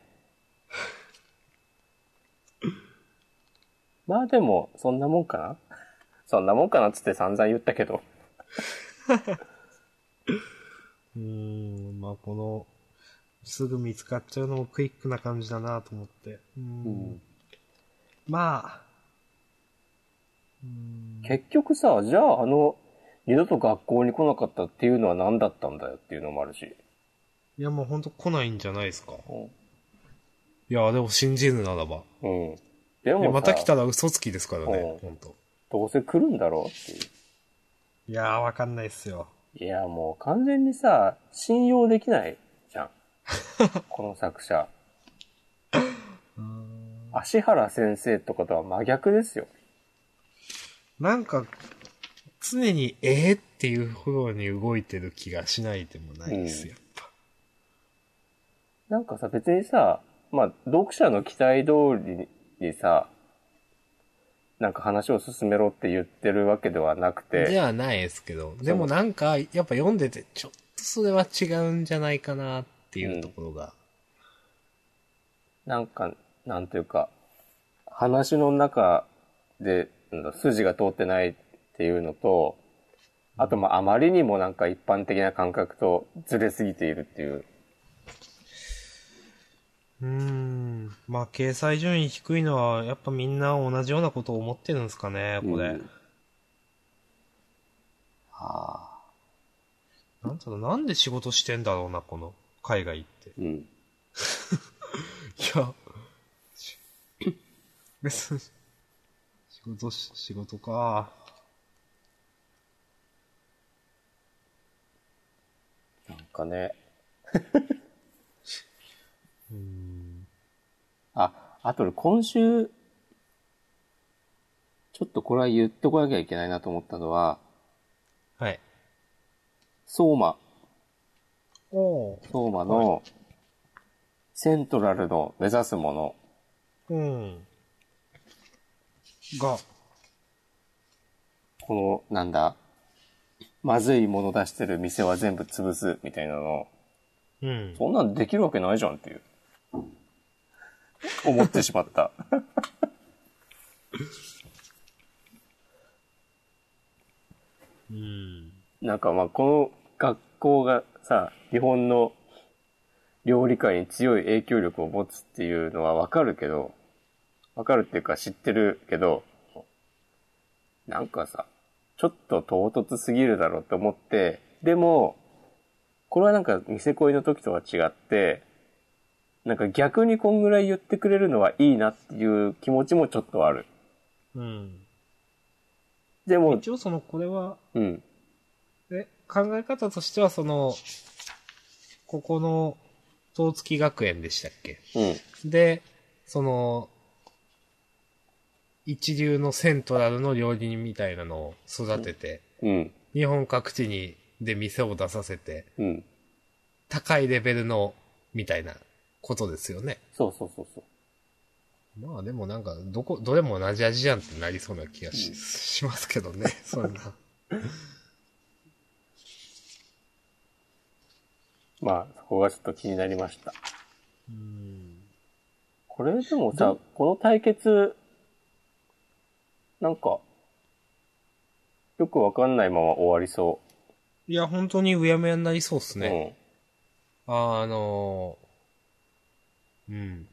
[SPEAKER 1] まあでも、そんなもんかなそんなもんかなっつって散々言ったけど。
[SPEAKER 2] うーん、まあこの、すぐ見つかっちゃうのもクイックな感じだなと思って。うーん。まあ、うーん
[SPEAKER 1] 結局さ、じゃああの、二度と学校に来なかったっていうのは何だったんだよっていうのもあるし。
[SPEAKER 2] いやもうほんと来ないんじゃないですか。
[SPEAKER 1] うん。
[SPEAKER 2] いや、でも信じるならば。
[SPEAKER 1] うん、で
[SPEAKER 2] いや
[SPEAKER 1] も
[SPEAKER 2] ま
[SPEAKER 1] また
[SPEAKER 2] た来
[SPEAKER 1] 来
[SPEAKER 2] た
[SPEAKER 1] た。
[SPEAKER 2] ら嘘つきですからね
[SPEAKER 1] う、ん
[SPEAKER 2] ほんと。
[SPEAKER 1] どうせ来るんだろうっていう。
[SPEAKER 2] いやーわかんないっすよ。
[SPEAKER 1] いや、もう完全にさ、信用できないじ ゃん。この作者。芦原先生とかとは真逆ですよ。
[SPEAKER 2] なんか、常に、えー、っていう方に動いてる気がしないでもないです、
[SPEAKER 1] うん
[SPEAKER 2] やっぱ。
[SPEAKER 1] なんかさ、別にさ、まあ、読者の期待通りにさ、なんか話を進めろって言ってるわけではなく
[SPEAKER 2] で
[SPEAKER 1] て、
[SPEAKER 2] はないですけど、でもなんか、やっぱ読んでて、ちょっとそれは違うんじゃないかなっていうところが。
[SPEAKER 1] なんか、なんというか、話の中で、なんだ筋が通ってないっていうのと、あと、まあ、あまりにもなんか一般的な感覚とずれすぎているっていう。
[SPEAKER 2] うーん、まあ、掲載順位低いのは、やっぱみんな同じようなことを思ってるんですかね、これ。
[SPEAKER 1] うん
[SPEAKER 2] なんだろう、なんで仕事してんだろうな、この、海外行って。い
[SPEAKER 1] うん。
[SPEAKER 2] や、 別に、仕事し、仕事か。
[SPEAKER 1] なんかね。
[SPEAKER 2] うん。
[SPEAKER 1] あ、あと俺今週、ちょっとこれは言ってこなきゃいけないなと思ったのは、
[SPEAKER 2] はい。
[SPEAKER 1] 相馬、
[SPEAKER 2] おお。
[SPEAKER 1] 相馬の、セントラルの目指すもの
[SPEAKER 2] うん。が、
[SPEAKER 1] この、なんだ、まずいもの出してる店は全部潰す、みたいなの、
[SPEAKER 2] うん。
[SPEAKER 1] そんなんできるわけないじゃんっていう、思ってしまった。
[SPEAKER 2] うん。
[SPEAKER 1] なんかまあ、この学校がさ、日本の料理界に強い影響力を持つっていうのはわかるけど、わかるっていうか知ってるけど、なんかさ、ちょっと唐突すぎるだろうと思って、でも、これはなんか、ニセ恋の時とは違って、なんか逆にこんぐらい言ってくれるのはいいなっていう気持ちもちょっとある。
[SPEAKER 2] うん。
[SPEAKER 1] でも、
[SPEAKER 2] 一応その、これは、
[SPEAKER 1] うん、
[SPEAKER 2] え、考え方としてはその、ここの、東月学園でしたっけ
[SPEAKER 1] うん、
[SPEAKER 2] で、その、一流のセントラルの料理人みたいなのを育てて、
[SPEAKER 1] うん、
[SPEAKER 2] 日本各地に、で店を出させて、
[SPEAKER 1] うん。
[SPEAKER 2] 高いレベルの、みたいなことですよね。
[SPEAKER 1] そうそうそうそう。
[SPEAKER 2] まあでもなんか、どこ、どれも同じ味じゃんってなりそうな気がし,、しますけ どね、そんな。
[SPEAKER 1] まあ、そこがちょっと気になりました。
[SPEAKER 2] うん。
[SPEAKER 1] これでもさ、この対決、なんか、よくわかんないまま終わりそ
[SPEAKER 2] いや、本当にうやむやになりそうっす
[SPEAKER 1] う。
[SPEAKER 2] ね。あの、うん。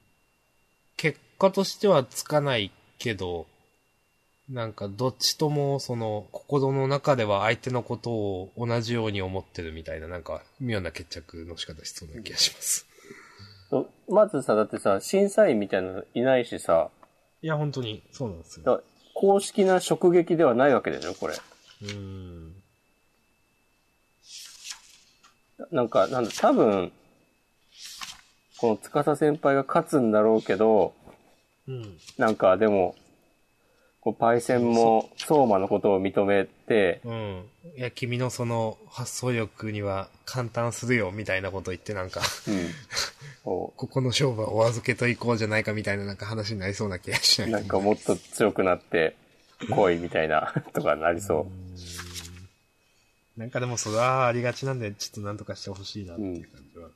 [SPEAKER 2] 結果としてはつかないけど、なんかどっちともその心の中では相手のことを同じように思ってるみたいな、なんか妙な決着の仕方しそうな気がします。
[SPEAKER 1] うんそうまずさ、だってさ、審査員みたいなのいないしさ、
[SPEAKER 2] いや、本当にそうなんですよ。
[SPEAKER 1] だ公式な直撃ではないわけでしょ、これ。
[SPEAKER 2] うん。
[SPEAKER 1] なんか、なんだ、多分、この司先輩が勝つんだろうけど、
[SPEAKER 2] うん。
[SPEAKER 1] なんかでも、こうパイセンも相馬のことを認めて、
[SPEAKER 2] うん。いや、君のその発想力には簡単するよ、みたいなこと言ってなんか、
[SPEAKER 1] うん。こう
[SPEAKER 2] ここの勝負はお預けといこうじゃないかみたいななんか話になりそうな気がしないでも
[SPEAKER 1] なんかもっと強くなって、来いみたいな、 とかなりそ
[SPEAKER 2] なんかでもそれはありがちなんで、ちょっとなんとかしてほしいなって
[SPEAKER 1] う。う。
[SPEAKER 2] いうん感じは。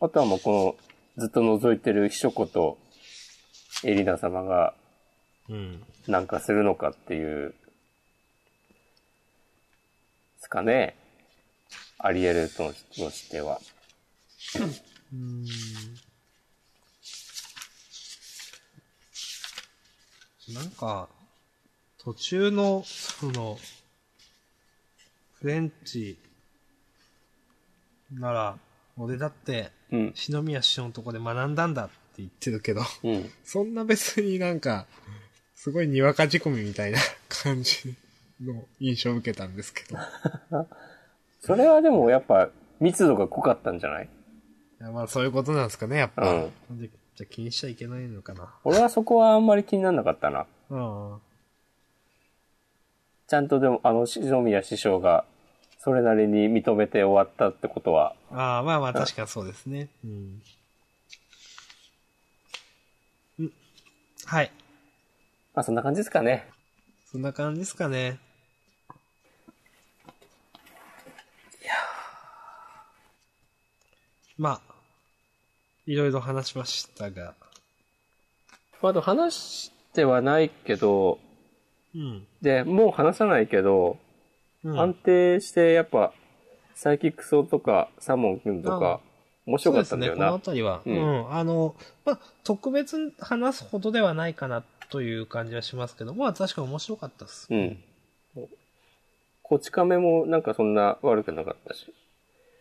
[SPEAKER 1] あとはもうこの、ずっと覗いてる秘書子と、エリナ様が
[SPEAKER 2] うん。
[SPEAKER 1] なんかするのかっていう、ですかね。あり得るととしては。
[SPEAKER 2] なんか、途中の、その、フレンチなら、俺だって、
[SPEAKER 1] うん。
[SPEAKER 2] 篠宮師匠のとこで学んだんだって言ってるけど、
[SPEAKER 1] うん。
[SPEAKER 2] そんな別になんか、すごいにわか仕込みみたいな 感じの印象を受けたんですけど。い
[SPEAKER 1] それはでもやっぱ密度が濃かったんじゃない
[SPEAKER 2] やまあそういうことなんですかね、やっぱ。
[SPEAKER 1] うん
[SPEAKER 2] なんでじゃあ気にしちゃいけないのかな。
[SPEAKER 1] 俺はそこはあんまり気にならなかったな。
[SPEAKER 2] うん。
[SPEAKER 1] ちゃんとでもあの篠宮師匠がそれなりに認めて終わったってことは、
[SPEAKER 2] ああ、まあまあ、確かにそうですね。うん。うんはい。
[SPEAKER 1] まあそんな感じですかね。
[SPEAKER 2] そんな感じですかね。いやまあ、いろいろ話しましたが。
[SPEAKER 1] まああと話してはないけど、
[SPEAKER 2] うん。
[SPEAKER 1] で、もう話さないけど、
[SPEAKER 2] うん、
[SPEAKER 1] 安定してやっぱ、サイキックソーとか、サーモン君とか、面白かったんだよな。
[SPEAKER 2] そうですね、このあたりは。
[SPEAKER 1] う
[SPEAKER 2] うんん、あの、まあ、特別話すほどではないかなという感じはしますけど、まあ確かに面白かったです。
[SPEAKER 1] うん。こち亀もなんかそんな悪くなかったし。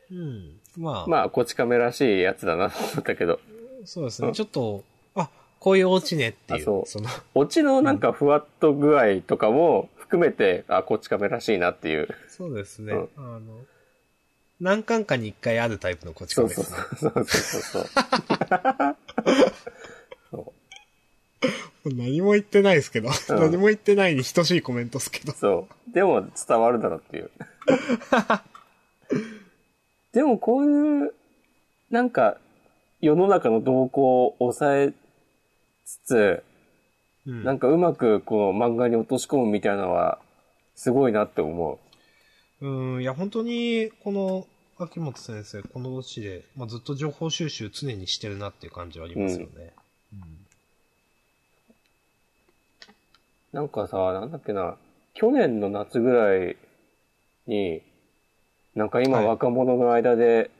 [SPEAKER 2] うん。まあ、
[SPEAKER 1] まあ、こち亀らしいやつだなと思ったけど、
[SPEAKER 2] そうですね。ちょっと、あ、こういうオチねってい
[SPEAKER 1] あ
[SPEAKER 2] う。
[SPEAKER 1] そう
[SPEAKER 2] の、
[SPEAKER 1] オチのなんかふわっと具合とかも含めて、あ、こち亀らしいなっていう。
[SPEAKER 2] そうですね。
[SPEAKER 1] うん
[SPEAKER 2] あの、何巻かに一回あるタイプのこち
[SPEAKER 1] そ
[SPEAKER 2] 亀
[SPEAKER 1] う
[SPEAKER 2] で
[SPEAKER 1] そう
[SPEAKER 2] す
[SPEAKER 1] そう
[SPEAKER 2] ね。
[SPEAKER 1] そうそうそう。
[SPEAKER 2] 何も言ってないですけど。何も言ってないに等しいコメントですけど。
[SPEAKER 1] そう。でも伝わるだろうって いう。でもこういう、なんか、世の中の動向を抑えつつ、
[SPEAKER 2] うん
[SPEAKER 1] なんかうまくこの漫画に落とし込むみたいなのは、すごいなって思
[SPEAKER 2] うん、いや、本当に、この、秋元先生、この年で、まあ、ずっと情報収集常にしてるなっていう感じはありますよね。
[SPEAKER 1] う。なんかさ、なんだっけな、去年の夏ぐらいに、なんか今
[SPEAKER 2] はい
[SPEAKER 1] 若者の間で、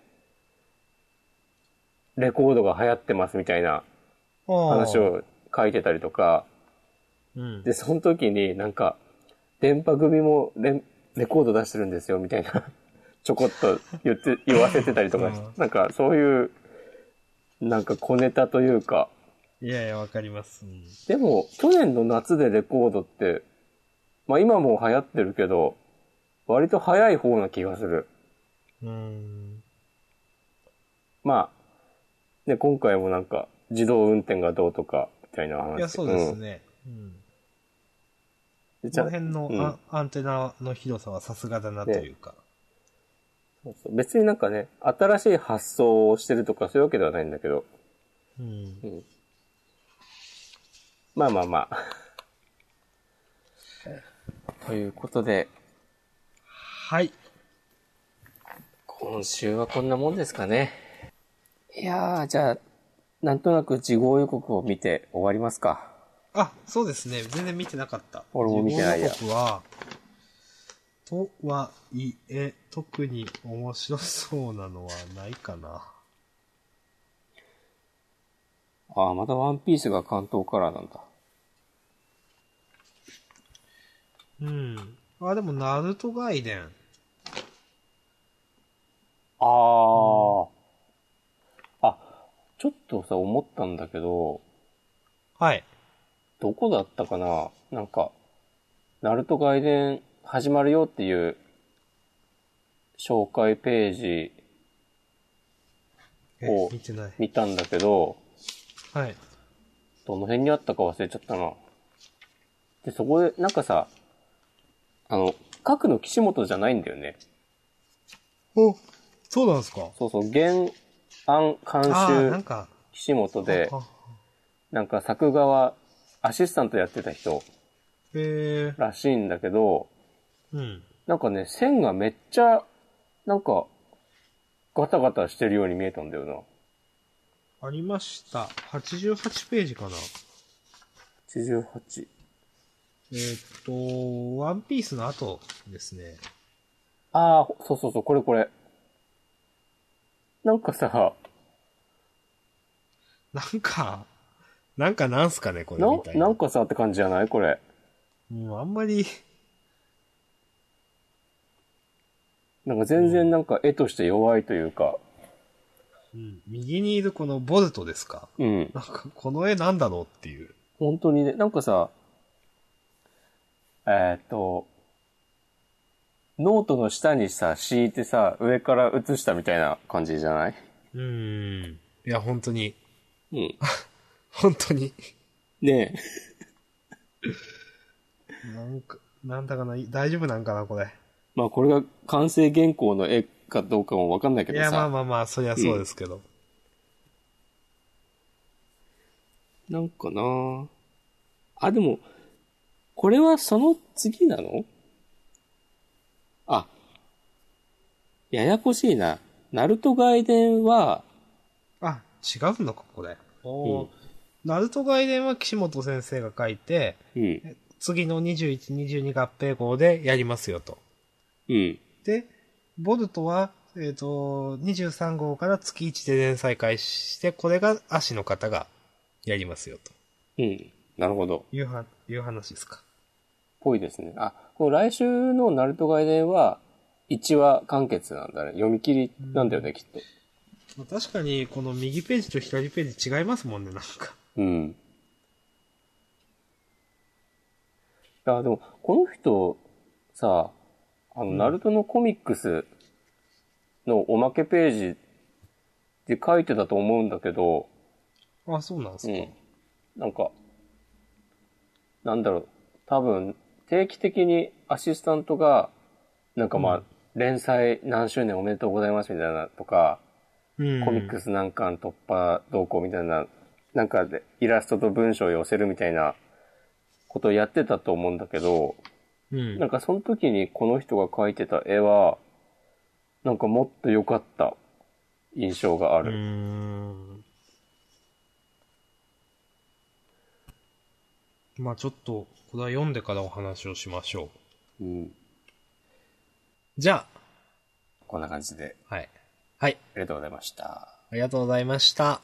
[SPEAKER 1] レコードが流行ってますみたいな
[SPEAKER 2] ああ
[SPEAKER 1] 話。を書いてたりとか、
[SPEAKER 2] うん。
[SPEAKER 1] で、その時になんか、電波組もレレコード出してるんですよ、みたいな、 ちょこっと言って、言わせてたりとかし
[SPEAKER 2] うん、
[SPEAKER 1] なんかそういう、なんか小ネタというか、
[SPEAKER 2] いやいや、わかります。うん
[SPEAKER 1] でも、去年の夏でレコードって、まあ今も流行ってるけど、割と早い方な気がする。
[SPEAKER 2] うん。
[SPEAKER 1] まあ、ね、今回もなんか、自動運転がどうとか、みたいな話。
[SPEAKER 2] いや、そうです
[SPEAKER 1] ん
[SPEAKER 2] ね。うん。
[SPEAKER 1] で
[SPEAKER 2] この辺の
[SPEAKER 1] うん
[SPEAKER 2] ア,、アンテナの広さはさすがだなというか。
[SPEAKER 1] そうそう別になんかね、新しい発想をしてるとかそういうわけではないんだけど、
[SPEAKER 2] うん。
[SPEAKER 1] まあまあまあ。 ということで、
[SPEAKER 2] はい。
[SPEAKER 1] 今週はこんなもんですかね。いやー、じゃあ、なんとなく事後予告を見て終わりますか。
[SPEAKER 2] あ、そうですね。全然見てなかった。
[SPEAKER 1] 俺も見てないや
[SPEAKER 2] 自分の予告は、とはいえ、特に面白そうなのはないかな。
[SPEAKER 1] ああ、またワンピースが関東カラーなんだ。
[SPEAKER 2] うん。あ、でも、ナルトガイデン。
[SPEAKER 1] あー。あ、ちょっとさ、思ったんだけど、
[SPEAKER 2] はい。
[SPEAKER 1] どこだったかななんか、ナルト外伝始まるよっていう紹介ページ
[SPEAKER 2] え
[SPEAKER 1] お、
[SPEAKER 2] 見てない。
[SPEAKER 1] 見たんだけど、
[SPEAKER 2] はい。
[SPEAKER 1] どの辺にあったか忘れちゃったな。で、そこで、なんかさ、あの、核の岸本じゃないんだよね。
[SPEAKER 2] お、そうなんですか
[SPEAKER 1] そうそう、原案
[SPEAKER 2] あー、な
[SPEAKER 1] 監
[SPEAKER 2] ん
[SPEAKER 1] 修
[SPEAKER 2] か。
[SPEAKER 1] 岸本で
[SPEAKER 2] あ、あ
[SPEAKER 1] なんか作画はアシスタントやってた人
[SPEAKER 2] えー、
[SPEAKER 1] らしいんだけど、
[SPEAKER 2] うん。
[SPEAKER 1] なんかね、線がめっちゃ、なんか、ガタガタしてるように見えたんだよな。
[SPEAKER 2] ありました。88ページかな。
[SPEAKER 1] 88。
[SPEAKER 2] えーっと、ワンピースの後ですね。
[SPEAKER 1] ああ、そうそうそう、これこれ。なんかさ、
[SPEAKER 2] なんか、なんかなんすかね、これ
[SPEAKER 1] な
[SPEAKER 2] みたいな。
[SPEAKER 1] なんかさって感じじゃないこれ。
[SPEAKER 2] もうあんまり、
[SPEAKER 1] なんか全然なんか絵として弱いというか、
[SPEAKER 2] 右にいるこのボルトですか
[SPEAKER 1] うん。
[SPEAKER 2] なんかこの絵なんだろうっていう。
[SPEAKER 1] 本当にね、なんかさ、えーっと、ノートの下にさ、敷いてさ、上から写したみたいな感じじゃない
[SPEAKER 2] うん。いや、本当に、
[SPEAKER 1] うん。
[SPEAKER 2] 本当に。
[SPEAKER 1] ね
[SPEAKER 2] なんか、なんだかな、大丈夫なんかな、これ。
[SPEAKER 1] まあこれが完成原稿の絵かどうかもわかんないけ
[SPEAKER 2] い
[SPEAKER 1] どさ、
[SPEAKER 2] や、まあまあまあ、そりゃそうですけど。
[SPEAKER 1] なんかなぁあ、でも、これはその次なのあ、ややこしいな。ナルト外伝は、
[SPEAKER 2] あ、違うのか、これ。おー
[SPEAKER 1] うん
[SPEAKER 2] ナルト外伝は岸本先生が書いて、
[SPEAKER 1] うん、
[SPEAKER 2] 次の21、22合併号でやりますよと。
[SPEAKER 1] うん、
[SPEAKER 2] で、ボルトは、えっ、と、23号から月1で連載開始して、これが足の方がやりますよと。
[SPEAKER 1] うん。なるほど。
[SPEAKER 2] いうは、いう話ですか。
[SPEAKER 1] ぽいですね。あ、この来週のナルト外伝は、1話完結なんだね。読み切りなんだよね、きっと。
[SPEAKER 2] まあ確かに、この右ページと左ページ違いますもんね、なんか。
[SPEAKER 1] うん。あ、でも、この人、さ、あの、ナルトのコミックスのおまけページで書いてたと思うんだけど、
[SPEAKER 2] あ、そうなんです
[SPEAKER 1] う
[SPEAKER 2] か。
[SPEAKER 1] ん。なんか、なんだろう、多分、定期的にアシスタントが、なんかまあ、
[SPEAKER 2] うん
[SPEAKER 1] 連載何周年おめでとうございますみたいなとか、
[SPEAKER 2] うん
[SPEAKER 1] コミックス難関突破動向みたいな、なんかでイラストと文章を寄せるみたいなことをやってたと思うんだけど、
[SPEAKER 2] うん。
[SPEAKER 1] なんかその時にこの人が描いてた絵は、なんかもっと良かった印象があ
[SPEAKER 2] う
[SPEAKER 1] る。
[SPEAKER 2] ん。まあちょっと、これは読んでからお話をしましょう。
[SPEAKER 1] うん
[SPEAKER 2] じゃ
[SPEAKER 1] こんな感じで、
[SPEAKER 2] あ、はい。はい。
[SPEAKER 1] ありがとうございました。
[SPEAKER 2] ありがとうございました。